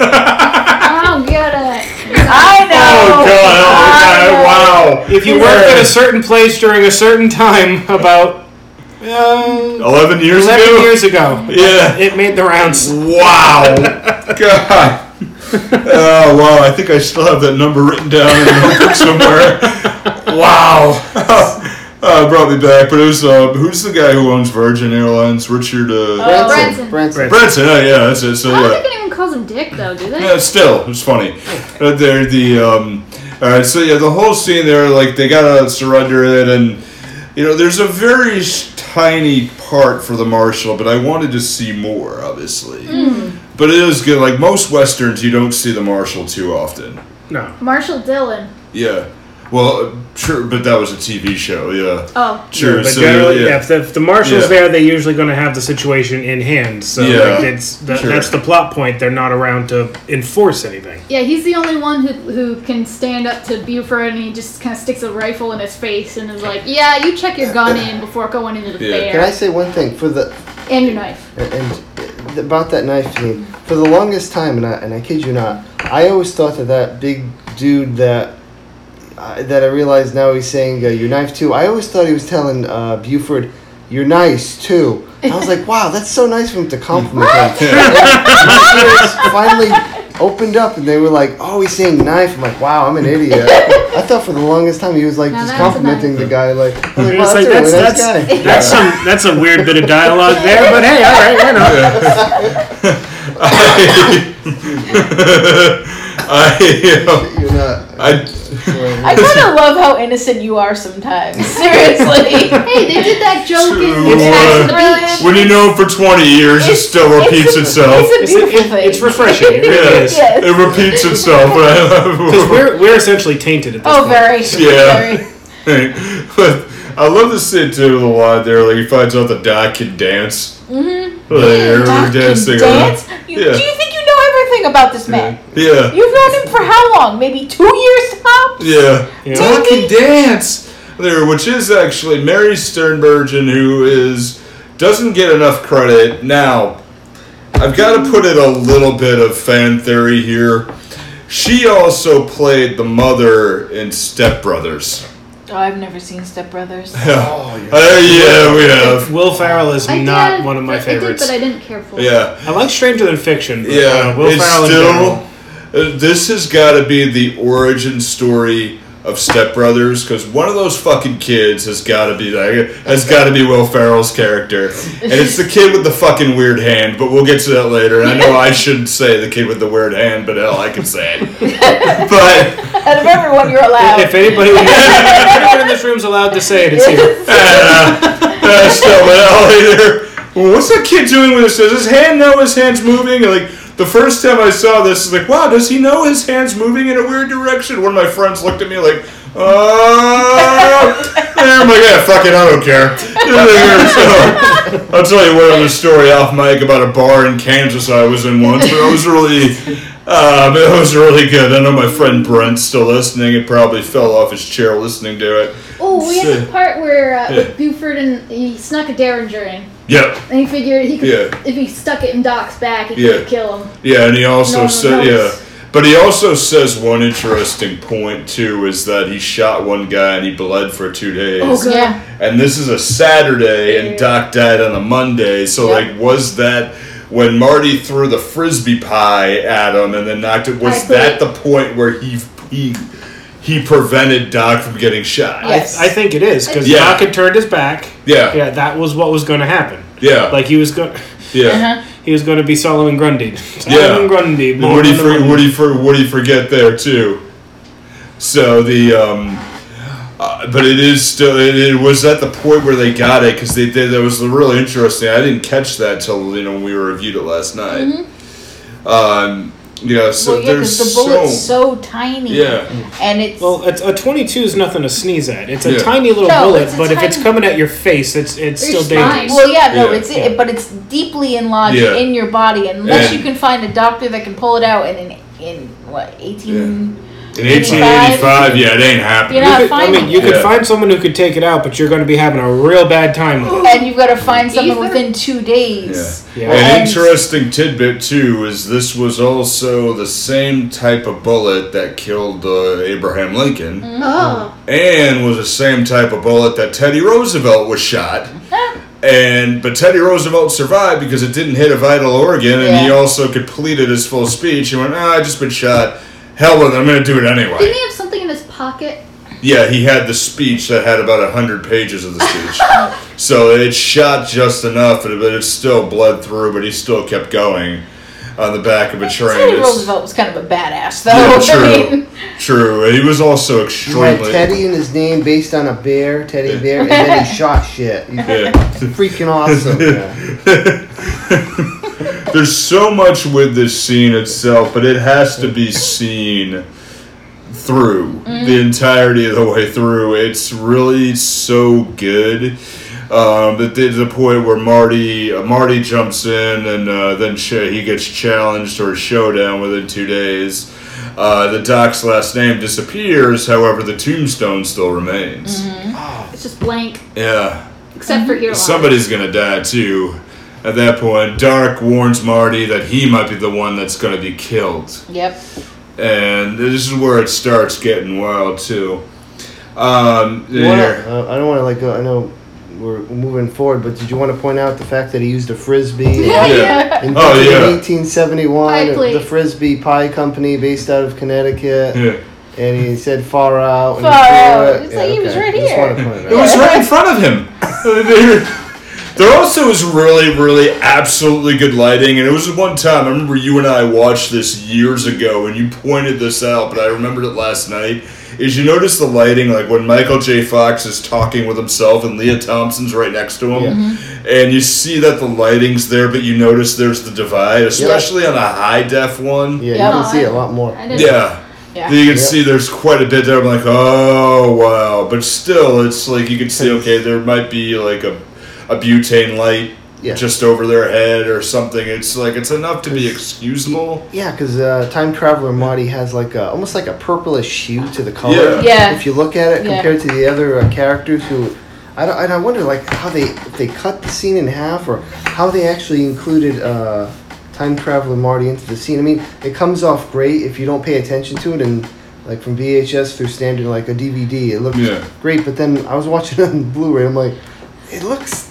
I don't get it.
I know.
Oh God! Oh, God. Wow.
If you worked at a certain place during a certain time about uh,
eleven years
11
ago.
years ago,
Yeah.
it made the rounds.
Wow. God. Oh wow! I think I still have that number written down in a notebook somewhere. Wow. Uh, brought me back, but it was uh, who's the guy who owns Virgin Airlines? Richard uh,
Oh, Branson.
Branson.
Branson. Oh yeah, that's it. So
I don't
yeah.
think anyone calls him Dick though, do they?
Yeah, still, it's funny. But they're the um, all right. So yeah, the whole scene there, like they gotta surrender it, and you know, there's a very s- tiny part for the marshal, but I wanted to see more, obviously.
Hmm.
But it is good. Like most westerns, you don't see the marshal too often.
No.
Marshall Dillon.
Yeah. Well, sure, but that was a TV show. Yeah.
Oh,
Sure.
but
so
generally,
yeah.
yeah, if, the, if the marshal's
Yeah.
there, they're usually going to have the situation in hand. So
Yeah.
like, it's that,
Sure.
that's the plot point. They're not around to enforce anything.
yeah, he's the only one who who can stand up to Buford, and he just kind of sticks a rifle in his face and is like, "Yeah, you check your gun in before going into the
Yeah.
fair
Can I say one thing for the
and your knife."
and, and about that knife thing? For the longest time, and I, and I kid you not, I always thought that that big dude that uh, that I realize now he's saying uh, your knife too. I always thought he was telling uh, Buford, "You're nice too." I was like, "Wow, that's so nice of him to compliment him." ears finally opened up and they were like, oh, he's saying knife. I'm like, wow, I'm an idiot. I thought for the longest time he was like
Now
just
that's a knife.
complimenting the guy. Like, I'm like,
It's
wow, that's
like,
a really
that's-
nice guy.
That's some that's a weird bit of dialogue there, but hey, all right, you know.
I, I, um,
You're not.
I,
I kind of love how innocent you are sometimes. Seriously.
Hey, they did that joke
True.
in Back to the Beach.
when you know it for 20 years, it still repeats itself.
It's
It's,
a beautiful
it,
thing.
it's refreshing. It really
Yes,
is.
Yeah.
it repeats itself.
Because we're we're essentially tainted at this
oh, very.
point.
Yeah.
Very.
but I love the sit too the line there. Like he finds out the doc can dance. Mm-hmm. Like, every
Doc can
dancing
dance?
around.
You,
Yeah.
Do you think you know everything about this man?
Yeah.
You've known him for how long? Maybe two years tops?
Yeah.
Yeah.
Doc can dance there, which is actually Mary Sternbergen, who is doesn't get enough credit now. I've
Mm-hmm.
got to put in a little bit of fan theory here. She also played the mother in Step Brothers.
Oh, I've never seen Step Brothers.
Oh, you're
Uh, yeah, we have.
Will Farrell is
I
not
did,
one of my
but- I did,
favorites.
but I didn't care for it.
Yeah.
I like Stranger Than Fiction. But,
Yeah,
uh, Will
it's
Ferrell in general.
still. uh, This has got to be the origin story of Step Brothers because one of those fucking kids has got to be like has got to be Will Ferrell's character, and it's the kid with the fucking weird hand. But we'll get to that later. And I know I shouldn't say the kid with the weird hand, but hell, I can say it. but
Out of everyone, you're allowed.
If anybody, if anyone in this room's allowed to say it, it's here.
uh, still, but hell, later. What's that kid doing with his? Does his hand know his hand's moving? And like. The first time I saw this, I was like, wow, does he know his hand's moving in a weird direction? One of my friends looked at me like, oh, and I'm like, yeah, fuck it, I don't care. So, I'll tell you one other story off mic about a bar in Kansas I was in once, but I was really, um, it was really good. I know my friend Brent's still listening. He probably fell off his chair listening to it.
Oh, we had the part where uh,
Yeah.
Buford and he snuck a Derringer in,
Yep.
and he figured he could,
Yeah.
if he stuck it in Doc's back, it
Yeah.
could kill him.
Yeah, and he also
No, no,
said,
no.
yeah, but he also says one interesting point too is that he shot one guy and he bled for two days,
Oh,
yeah.
and this is a Saturday, and Doc died on a Monday, so
Yeah.
like, was that when Marty threw the frisbee pie at him and then knocked it? Was
I
that
believe-
the point where he he he prevented Doc from getting shot?
Yes.
I think it is because
Yeah.
Doc had turned his back.
Yeah.
yeah, that was what was going to happen.
Yeah,
Like he was going,
yeah.
Uh-huh.
he was going to be Solomon Grundy. Solomon
Yeah.
Grundy.
Well, what do you for, what do you for, what do you forget there too? So the um, uh, but it is still it, it was at the point where they got it because they, they that was really interesting. I didn't catch that till you know we reviewed it last night. Um, yeah,
Mm-hmm.
so
well, yeah, because
there's
the
so,
bullet's so, tiny.
yeah
And it's.
Well, it's, a 22 is nothing to sneeze at. It's a
Yeah.
tiny little
No,
bullet,
it's a
but if it's
tiny-
coming at your face, it's it's
Or your
still
spine.
dangerous.
well, yeah, no,
Yeah.
it's it, but it's deeply lodged
Yeah.
in your body unless
And-
you can find a doctor that can pull it out in in, in what eighteen.
in 1885 yeah it ain't happening.
You
You
know-
could, I
finding
mean, you
it.
could
Yeah.
find someone who could take it out, but you're going to be having a real bad time with it.
and you've got to find someone
Ether?
within two days.
Yeah.
An
And-
interesting tidbit too is this was also the same type of bullet that killed uh, Abraham Lincoln. Mm-hmm.
Oh,
and was the same type of bullet that Teddy Roosevelt was shot. And but Teddy Roosevelt survived because it didn't hit a vital organ, and he
Yeah.
also completed his full speech. He went, "Ah, I just been shot. Hell with it. I'm going to do it
didn't
anyway."
he have something in his pocket?
Yeah, he had the speech that had about hundred pages of the speech, so it shot just enough, but it still bled through. But he still kept going on the back of a train.
Teddy
It's-
Roosevelt was kind of a badass, though.
Yeah,
I
true,
mean,
true. He was also
He had
extremely.
Teddy in his name based on a bear, Teddy Bear, and then he shot shit. He's
Yeah.
freaking awesome. man.
There's so much with this scene itself, but it has to be seen through the entirety of the way through. It's really so good. Um, but there's a point where Marty uh, Marty jumps in, and uh, then ch- he gets challenged or a showdown within two days. Uh, the doc's last name disappears, however, the tombstone still remains.
It's just blank,
Yeah.
except for here.
Somebody's gonna die too. At that point, Dark warns Marty that he might be the one that's gonna be killed,
Yep.
and this is where it starts getting wild too. Um,
You wanna-
here.
uh, I don't want to like go. I know we're moving forward, but did you want to point out the fact that he used a frisbee?
yeah.
In
Oh, yeah.
1871,
Pie plate.
the Frisbee Pie Company, based out of Connecticut,
Yeah.
and he said "far out." and he
Far
threw
out.
it.
It's like he was right
I just
here.
wanted to point it
It
out.
was right in front of him. there, there also was really, really absolutely good lighting, and it was one time I remember you and I watched this years ago, and you pointed this out, but I remembered it last night. Is you notice the lighting, like when Michael J. Fox is talking with himself and Leah Thompson's right next to him,
Yeah.
and you see that the lighting's there, but you notice there's the divide, especially on a high def one.
Yeah,
Yeah.
you can see a lot more.
I didn't-
Yeah.
Yeah.
You can
Yeah.
see there's quite a bit there. I'm like, oh wow, but still, it's like you can see. Okay, there might be like a, a butane light
Yeah.
just over their head or something. It's like it's enough to be excusable.
Yeah, because uh, time traveler Marty has like a, almost like a purplish hue to the color.
Yeah.
Yeah.
If you look at it
Yeah.
compared to the other uh, characters who, I don't, and I wonder like how they if they cut the scene in half or how they actually included uh, time traveler Marty into the scene. I mean, it comes off great if you don't pay attention to it and. Like from VHS through standard, like a DVD, it looks
Yeah.
great. But then I was watching it on Blu-ray. I'm like, it looks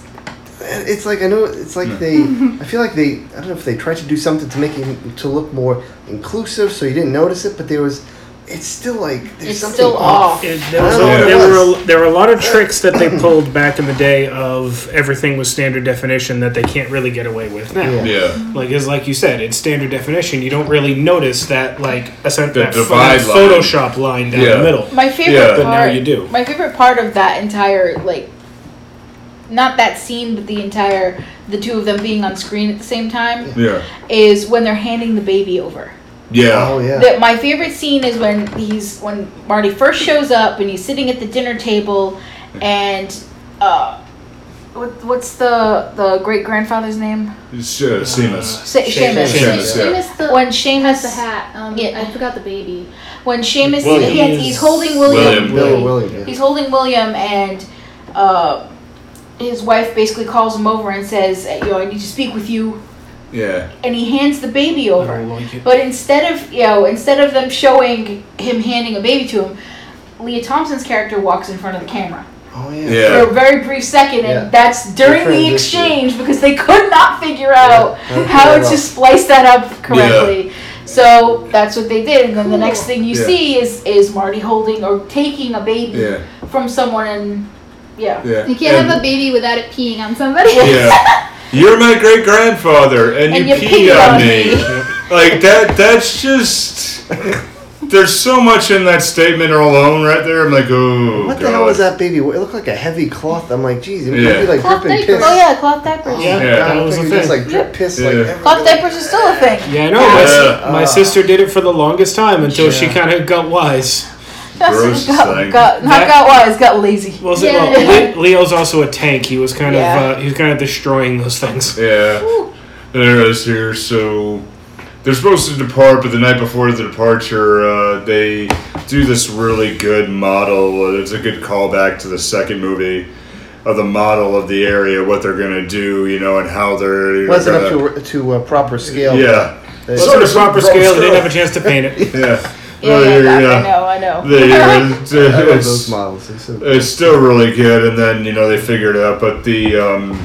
it's like I know. It's
Hmm.
like they. I feel like they. I don't know if they tried to do something to make it to look more inclusive, so you didn't notice it. But there was. It's still like there's
It's
something
still off.
It- there, was a,
Oh,
yeah.
there, were a, there were a lot of tricks that they pulled back in the day of everything was standard definition that they can't really get away with now.
Yeah.
Yeah,
Like is like you said, it's standard definition. You don't really notice that like a sent
The
that, pho-
divide
that
line.
Photoshop line down
Yeah.
the middle.
My favorite
Yeah.
part.
But
now you do.
My favorite part of that entire like, not that scene, but the entire the two of them being on screen at the same time
yeah,
is when they're handing the baby over.
yeah.
Oh yeah.
The, my favorite scene is when he's when Marty first shows up and he's sitting at the dinner table, and uh, what, what's the the great grandfather's name?
It's uh, Seamus.
Sa- Seamus.
Seamus.
Seamus, yeah.
Seamus the-
When Seamus
has the hat. Um,
Yeah.
I forgot the baby.
when Seamus
William.
he has- he's holding William.
William.
Bill William. Yeah.
He's holding William, and uh, his wife basically calls him over and says, "You know, I need to speak with you."
Yeah,
And he hands the baby
I
over.
don't like it.
But instead of you know, instead of them showing him handing a baby to him, Leah Thompson's character walks in front of the camera
Oh
Yeah.
yeah.
for a very brief second, and
Yeah.
that's during
Different
the
issue.
exchange because they could not figure out
Yeah.
how
Yeah.
to splice that up correctly. So that's what they did, and then the next thing you
Yeah.
see is is Marty holding or taking a baby
yeah,
from someone, and yeah,
yeah.
You can't
And-
have a baby without it peeing on somebody.
yeah. You're my great grandfather, and,
And
you,
you
pee
peed
on
on me.
me. like that. That's just. There's so much in that statement alone, right there. I'm like, oh.
What the
God.
hell was that baby? It looked like a heavy cloth. I'm like, geez, it would
Yeah.
be like
Cloth
dripping
diapers.
piss.
oh yeah, cloth diapers.
Oh, my
Yeah,
God,
that
I
was
think
the
it just
thing.
like drip piss.
Yeah.
Like
Cloth
everywhere.
diapers are still a thing.
Yeah, I know. My, s-
Yeah.
my
Uh,
sister did it for the longest time until she
Yeah.
kind of got wise.
That's
Gross
got,
thing. Oh,
got, not
That-
got wise, got lazy.
Well, so-
Yeah.
well, Le- Leo's also a tank. He was kind
Yeah.
of uh, he was kind of destroying those things.
Yeah. There is here. So they're supposed to depart, but the night before the departure, uh, they do this really good model. It's a good callback to the second movie of the model of the area, what they're gonna do, you know, and how they're.
Wasn't
gonna-
up to to a proper scale.
Yeah.
They-
Sort of proper scale. They didn't have a chance to paint it.
Yeah.
Yeah,
Well,
yeah,
here,
that-
yeah.
I know, I know.
They, uh,
I love
it's-
those models. It's so-
It's still really good, and then you know they figured it out. But the um,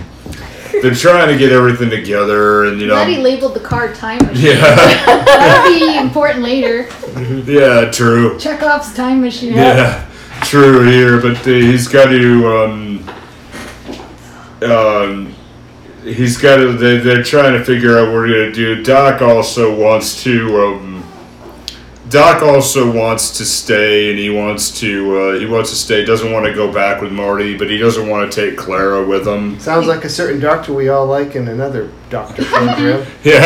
they're trying to get everything together, and you know,
Glad he labeled the car time machine.
yeah,
That'll be important later.
yeah, true.
Chekhov's time machine.
Yeah, true here, but the, he's got to. Um, um, he's got to. They, they're trying to figure out what we're gonna do. Doc also wants to. Um, Doc also wants to stay, and he wants to. Uh, he wants to stay. Doesn't want to go back with Marty, but he doesn't want to take Clara with him.
Sounds like a certain doctor we all like in another doctor program.
Yeah.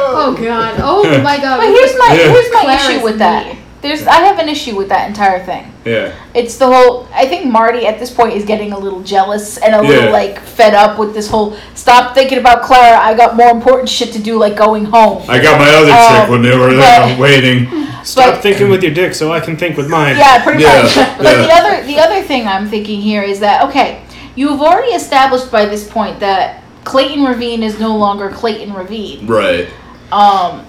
Oh god. Oh my god.
But here's my
Yeah.
here's my
Clara's
issue with that.
knee.
There's I have an issue with that entire thing.
Yeah.
It's the whole. I think Marty at this point is getting a little jealous and a
Yeah.
little like fed up with this whole. Stop thinking about Clara. I got more important shit to do, like going home.
I got my other
Um,
chick when they were there
but-
waiting.
Stop
But-
thinking with your dick so I can think with mine.
Yeah, pretty
Yeah,
much. But the
yeah.
other the other thing I'm thinking here is that okay, you have already established by this point that Clayton Ravine is no longer Clayton Ravine.
Right.
Um,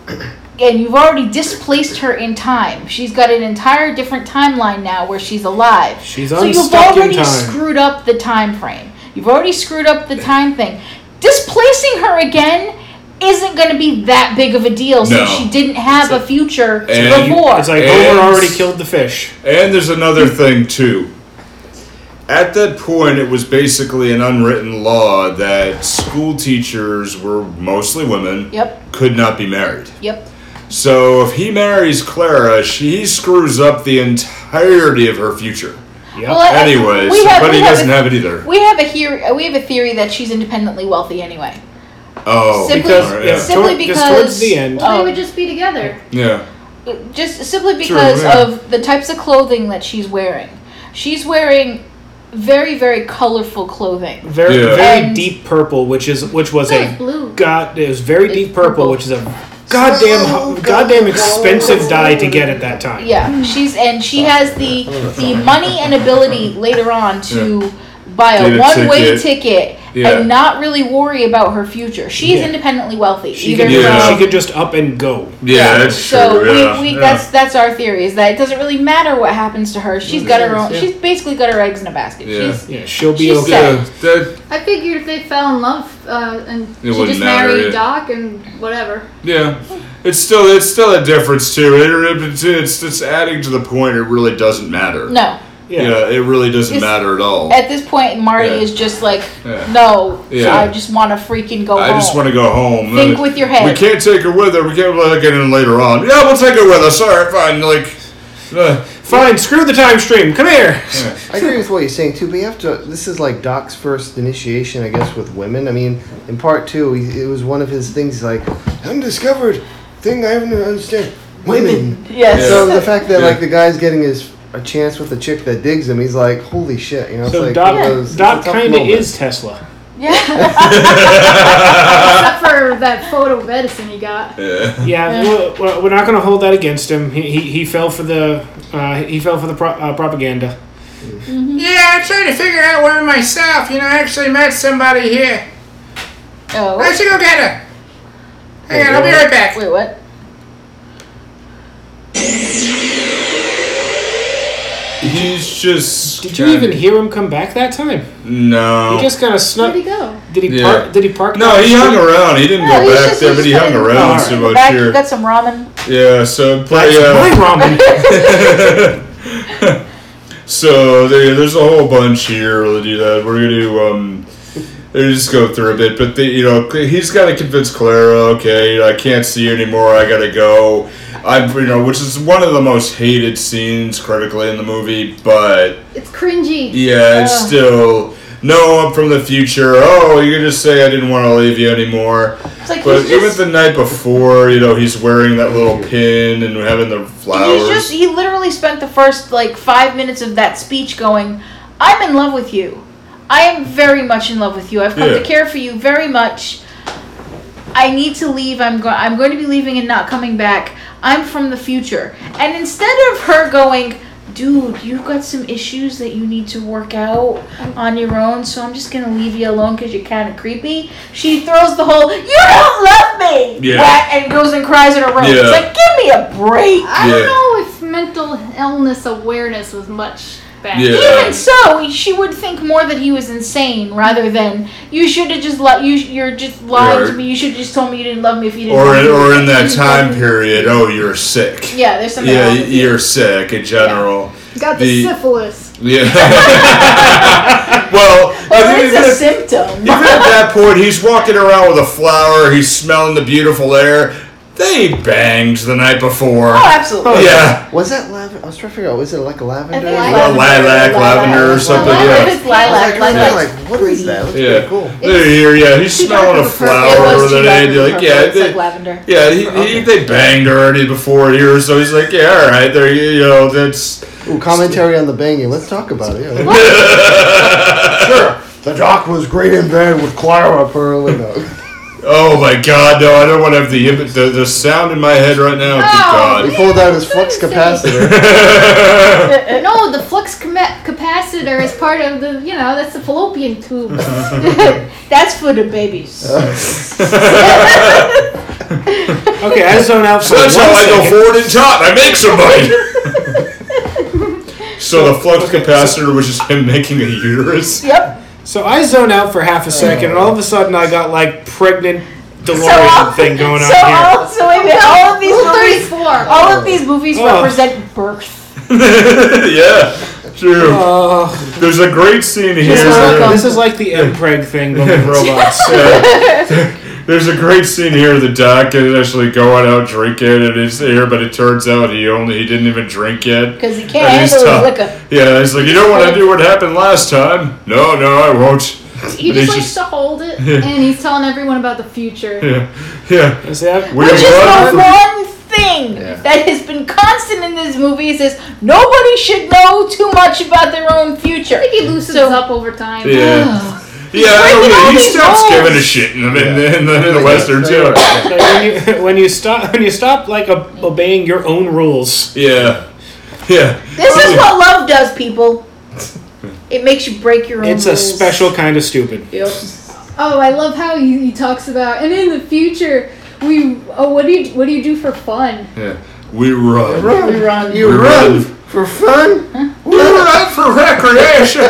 and you've already displaced her in time. She's got an entire different timeline now where she's alive.
She's
so you've
unstuck in
already
time.
screwed up the time frame. You've already screwed up the time thing. Displacing her again isn't going to be that big of a deal
No.
since she didn't have a future
And-
before.
It's like
And-
Homer already killed the fish.
And there's another thing too. At that point, it was basically an unwritten law that school teachers were mostly women.
Yep.
Could not be married.
yep.
So if he marries Clara, she screws up the entirety of her future.
Yep.
Well, I-
Anyways,
uh, we have-
but
we
he
have
doesn't
a-
have it either.
We have a here uh, we have a theory that she's independently wealthy anyway.
Oh,
Simply-
because
Alright,
yeah,
yeah.
simply
toward-
because
just towards the end.
Well, they
um,
would just be together.
yeah,
just simply
True,
because
yeah.
of the types of clothing that she's wearing. She's wearing very very colorful clothing.
Very
Yeah.
very
And-
deep purple, which is which was
No, it's
a
blue.
god. It was very deep purple,
purple.
which is a goddamn ho- goddamn expensive dye to get at that time.
Yeah, she's and she has the the money and ability later on to buy
Get
a
a
one way
ticket.
ticket
Yeah.
and not really worry about her future. She's
Yeah.
independently wealthy.
She
either
could,
Yeah.
from-
she could just up and go.
yeah, that's
so
true. yeah,
we, we
yeah.
that's that's our theory is that it doesn't really matter what happens to her. She's got her own. She's basically got her eggs in a basket.
Yeah.
She's
Yeah, she'll be
She's
okay.
sad.
yeah, that,
I figured if they fell in love uh, and she
wouldn't
just
matter,
married
yeah.
Doc and whatever.
yeah. It's still it's still a difference too. It, it's, it's it's adding to the point. It really doesn't matter.
no.
Yeah, it really doesn't
It's-
matter at all.
At this point, Marty
Yeah.
is just like,
Yeah.
no,
Yeah.
I just want to freaking go
I
home.
just want to go home.
Think
Uh,
with your head.
We can't take her with her. We can't let her get in later on. Yeah, we'll take her with us. All right, fine. Like, uh,
Fine, screw the time stream. Come here.
I agree with what you're saying too, but you have to. This is like Doc's first initiation, I guess, with women. I mean, in part two, he, it was one of his things. Like undiscovered thing I haven't understand women.
yes.
So the fact that like the guy's getting his a chance with the chick that digs him, he's like, holy shit, you know. It's
So
like
Doc,
one of those- it's a
Doc
tough
kind of
moment.
is Tesla.
Yeah.
Except for that photo medicine he got.
Yeah, we're- we're, we're not going to hold that against him. He, he, he fell for the uh, he fell for the pro- uh, propaganda.
Yeah, I tried to figure out one myself. You know, I actually met somebody here. Why
oh.
don't you go get her? Hang on, I'll be right back.
Wait, what?
he's just.
Did you even hear him come back that time?
No.
He just kind of snuck.
Where'd he go?
Did he
Yeah.
park? Did he park?
no, he hung around. He didn't
No,
go
he's
back
just-
there,
he's
but he hung
just-
around
Alright.
so
Go
much
back,
here.
you got some ramen.
Yeah, so play.
That's
Uh,
my ramen.
So there, there's a whole bunch here that do that. We're gonna um, they just go through a bit, but the, you know he's got to convince Clara. Okay, I can't see you anymore. I gotta go. I'm you know, which is one of the most hated scenes critically in the movie, but
It's cringy.
yeah, it's still no. I'm from the future. Oh, you can just say I didn't want to leave you anymore.
It's like
But
he's
even
just.
the night before, you know, he's wearing that little pin and having the flowers.
He's just. He literally spent the first like five minutes of that speech going, "I'm in love with you. I am very much in love with you. I've come
Yeah.
to care for you very much. I need to leave. I'm going. I'm going to be leaving and not coming back. I'm from the future." And instead of her going. Dude, you've got some issues that you need to work out on your own, so I'm just gonna leave you alone because you're kind of creepy. She throws the whole "You don't love me"
Yeah.
whack and goes and cries in her room. It's
Yeah.
like, give me a break.
I
Yeah.
don't know if mental illness awareness was much back.
Yeah.
Even so, she would think more that he was insane rather than you should have just let you. You're just lying
Or-
to me. You should have just told me you didn't love me if you didn't.
or
love
in,
me.
or in that
You
time
didn't-
period, oh, you're sick.
Yeah, there's something.
Yeah,
wrong
y-
with you.
you're sick in general.
Got the,
The-
syphilis.
Yeah. well, I
Well,
mean,
it's
even,
a
at,
symptom.
even at that point, he's walking around with a flower. He's smelling the beautiful air. They banged the night before.
Oh, absolutely.
Yeah.
Was that lavender? I was trying to figure out. Was it like lavender?
I
Well,
think
lilac, lavender, or something. Yeah.
Lilac
I
is
was
lilac.
like, really
Lilac.
like, what is that? It looks
Yeah.
pretty cool.
They're here. Yeah. He's smelling a
dark of a purple.
It
flower
was
over
too
the
dark
night.
for
Like,
purple.
yeah.
It's
they-
like lavender.
Yeah, he, he, they banged already before here, so he's like, yeah, all right, there, you know, that's.
Ooh, commentary on the banging. Let's talk about it. Yeah. sure. The doc was great in bed with Clara Perlino.
Oh my God, no, I don't want to have the image, the, the sound in my head right now.
He
Good God.
pulled out his flux capacitor.
No, the flux com- capacitor is part of the, you know, that's the fallopian tube.
That's for the babies.
Okay, I zone out for one
That's how I go
second.
forward in top. I make some money. so the flux capacitor was just him making a uterus.
yep.
So I zone out for half a
Oh.
second, and all of a sudden I got like pregnant
So all,
DeLorean thing going
so
on here.
all, so wait a minute, all of these
Rule
movies,
34.
all of these movies
Oh.
represent birth.
yeah, true.
Oh,
There's a great scene here.
this, is like,
where-
this is like the Mpreg thing, but with robots.
Yeah. There's a great scene here. The doc is actually going out drinking, and he's there, but it turns out he only he didn't even drink yet.
Because he can't
And he's
handle his
tough.
liquor.
Yeah, he's like, you don't want to do what happened last time. No, no, I won't.
He
But he's
just likes
just-
to hold it, and he's telling everyone about the future.
Yeah, yeah.
Is that-
We
Which is
have
the
run.
one thing that has been constant in these movies is nobody should know too much about their own future.
I think he loosens
So-
up over time.
Yeah. Yeah, I
breaking
don't
all
know. He
these
stops
rules.
giving a shit in the, in the, in the, in the Western, too.
Like, when you when you stop when you stop like ob- obeying your own rules.
Yeah. Yeah.
This is what love does, people. It makes you break your own
It's a
rules.
special kind of stupid.
Yep.
Oh, I love how he, he talks about, and in the future, we. Oh, what do you what do you do for fun?
yeah. We run.
We run.
You
We
run
run.
for fun?
We run for recreation.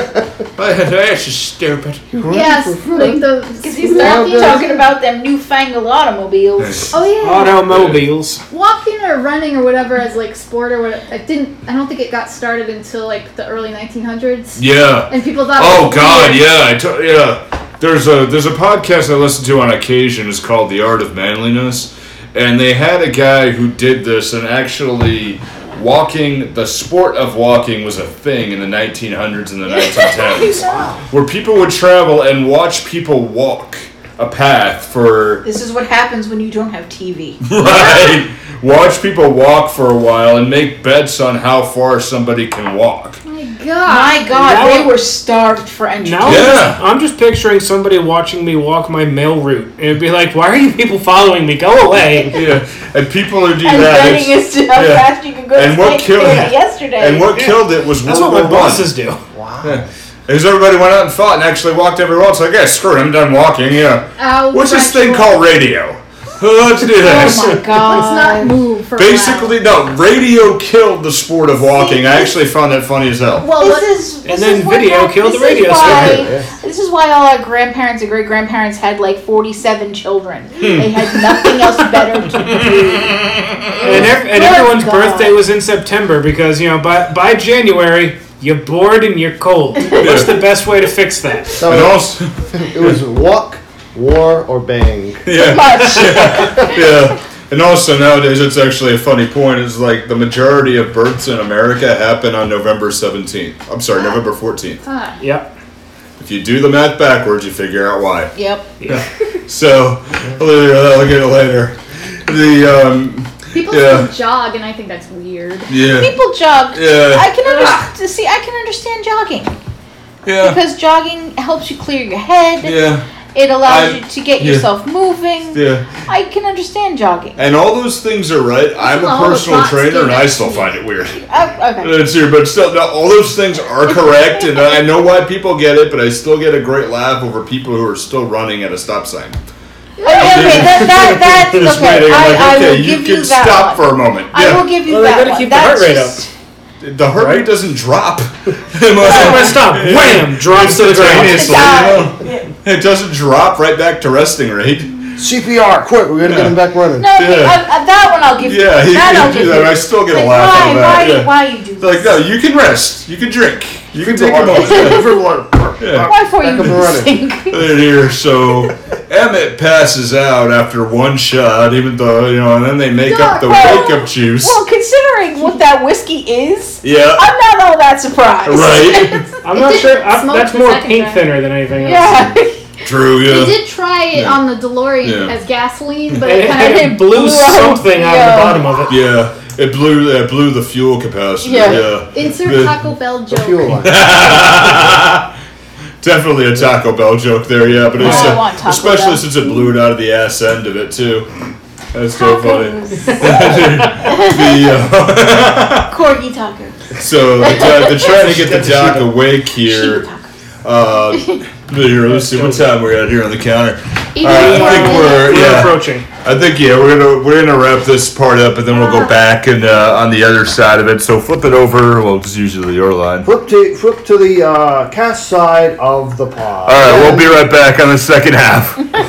That's just stupid.
yes, like the because
He's not talking about them newfangled automobiles.
Oh yeah,
Automobiles.
walking or running or whatever as like sport or what. I didn't. I don't think it got started until like the early 1900s,
Yeah.
and people thought. it
Oh
was
God,
weird.
yeah, I to- yeah. There's a there's a podcast I listen to on occasion. It's called The Art of Manliness, and they had a guy who did this, and actually, walking the sport of walking was a thing in the 1900s and the 1910s, where people would travel and watch people walk a path for
This is what happens when you don't have TV.
right. Watch people walk for a while and make bets on how far somebody can walk.
My God.
My God,
Now-
they were starved for entertainment.
Now
Yeah.
I'm, just, I'm just picturing somebody watching me walk my mail route, and it'd be like, "Why are you people following me? Go away!"
Yeah, and people who do
And
that.
betting
it's-
is to how
yeah.
fast you can go
And
to
what
sleep
killed-
yeah. yesterday.
And what killed it was
That's
World
what my
War
bosses
One.
do.
Is everybody went out and fought and actually walked every world. So I guess screw it, I'm done walking. Yeah.
Ow,
What's this thing
fracture.
called radio? Let's do this.
Oh my God.
Let's not move for a while.
Basically, no. Radio killed the sport of walking. I actually found that funny as hell.
Well,
Well,
this is this
then
is what
video
hap-
killed
this
the radio
Is why,
station.
This is why all our grandparents and great grandparents had like forty-seven children.
Hmm.
They had nothing else better to do.
And, ev- and
Good
everyone's
God.
birthday was in September because you know by by January you're bored and you're cold. What's the best way to fix that?
So
And
it,
also,
was walk, war, or bang.
yeah,
Much.
yeah. And also nowadays, it's actually a funny point. Is like the majority of births in America happen on November seventeenth. I'm sorry, November fourteenth.
Ah,
Yep.
If you do the math backwards, you figure out why.
yep.
So, I'll get it later. The um,
people
Yeah.
still jog, and I think that's weird.
yeah,
People jog.
Yeah.
I can
Ah.
understand. See, I can understand jogging
yeah,
because jogging helps you clear your head.
yeah,
It allows
I-
you to get
yeah.
yourself moving.
yeah.
I can understand jogging.
And all those things are right. I'm
Well,
a
all the
personal
thoughts
trainer, and I
do
still find it weird.
Oh, okay.
It's here, but still, no, all those things are correct, and I know why people get it. But I still get a great laugh over people who are still running at a stop sign.
Okay, okay, that, that, that's
Just
okay.
waiting,
I,
like,
I will
okay, you
give
can
you that
stop
one.
for a moment.
I will
Yeah,
give you
Well, they
that
gotta
one.
keep the
that's
heart rate
just,
the heart rate doesn't drop. Unless-
I'm gonna stop. Wham! Drops to the ground.
Instantaneously, you know? It doesn't drop right back to resting rate.
CPR, quick, we're gonna get him back running.
No, okay,
Yeah.
I, I, that one I'll give you.
Yeah, he
that
can
I'll
do
give
that.
you.
I still get a
Like,
laugh
why,
out of that,
Why,
yeah.
why you do
It's like,
this?
no, you can rest. You can drink. You can take a
Everyone,
moment.
everyone.
yeah.
Why for
Back
you
up and running.
do this?
Right here, so Emmett passes out after one shot, even though you know, and then they make up the
Well,
wake up juice.
Well, considering what that whiskey is,
yeah,
I'm not all that surprised.
right.
I'm not
didn't
sure. I,
smoke
that's
the
more
second
paint
time.
thinner than anything else.
Yeah.
True.
They
Yeah.
did try it
Yeah.
on the DeLorean
Yeah.
as gasoline, but
And,
it
it-
kind
and
of
it blew
blew out.
something out
Yeah.
of the bottom of it.
Yeah. It blew. It blew the fuel capacitor.
Yeah.
Yeah.
insert
The-
Taco Bell
The
joke.
fuel line.
Definitely a Taco Bell joke there, yeah. But it's
I
uh,
want Taco
especially
Bell.
since it blew it out of the ass end of it too. That's so funny.
Tacos.
the, uh,
Corgi taco.
so they're, they're trying to get the doc awake
Shiba
here.
taco.
Uh, here, let's see what time we're at here on the counter.
Even
Alright, I
more
think
than-
we're-
We're
Yeah.
approaching.
I think yeah, we're gonna we're gonna wrap this part up, and then we'll go back and uh, on the other side of it. So flip it over. Well, it's usually your line.
Flip to flip to the uh, cast side of the pod.
All right, we'll be right back on the second half.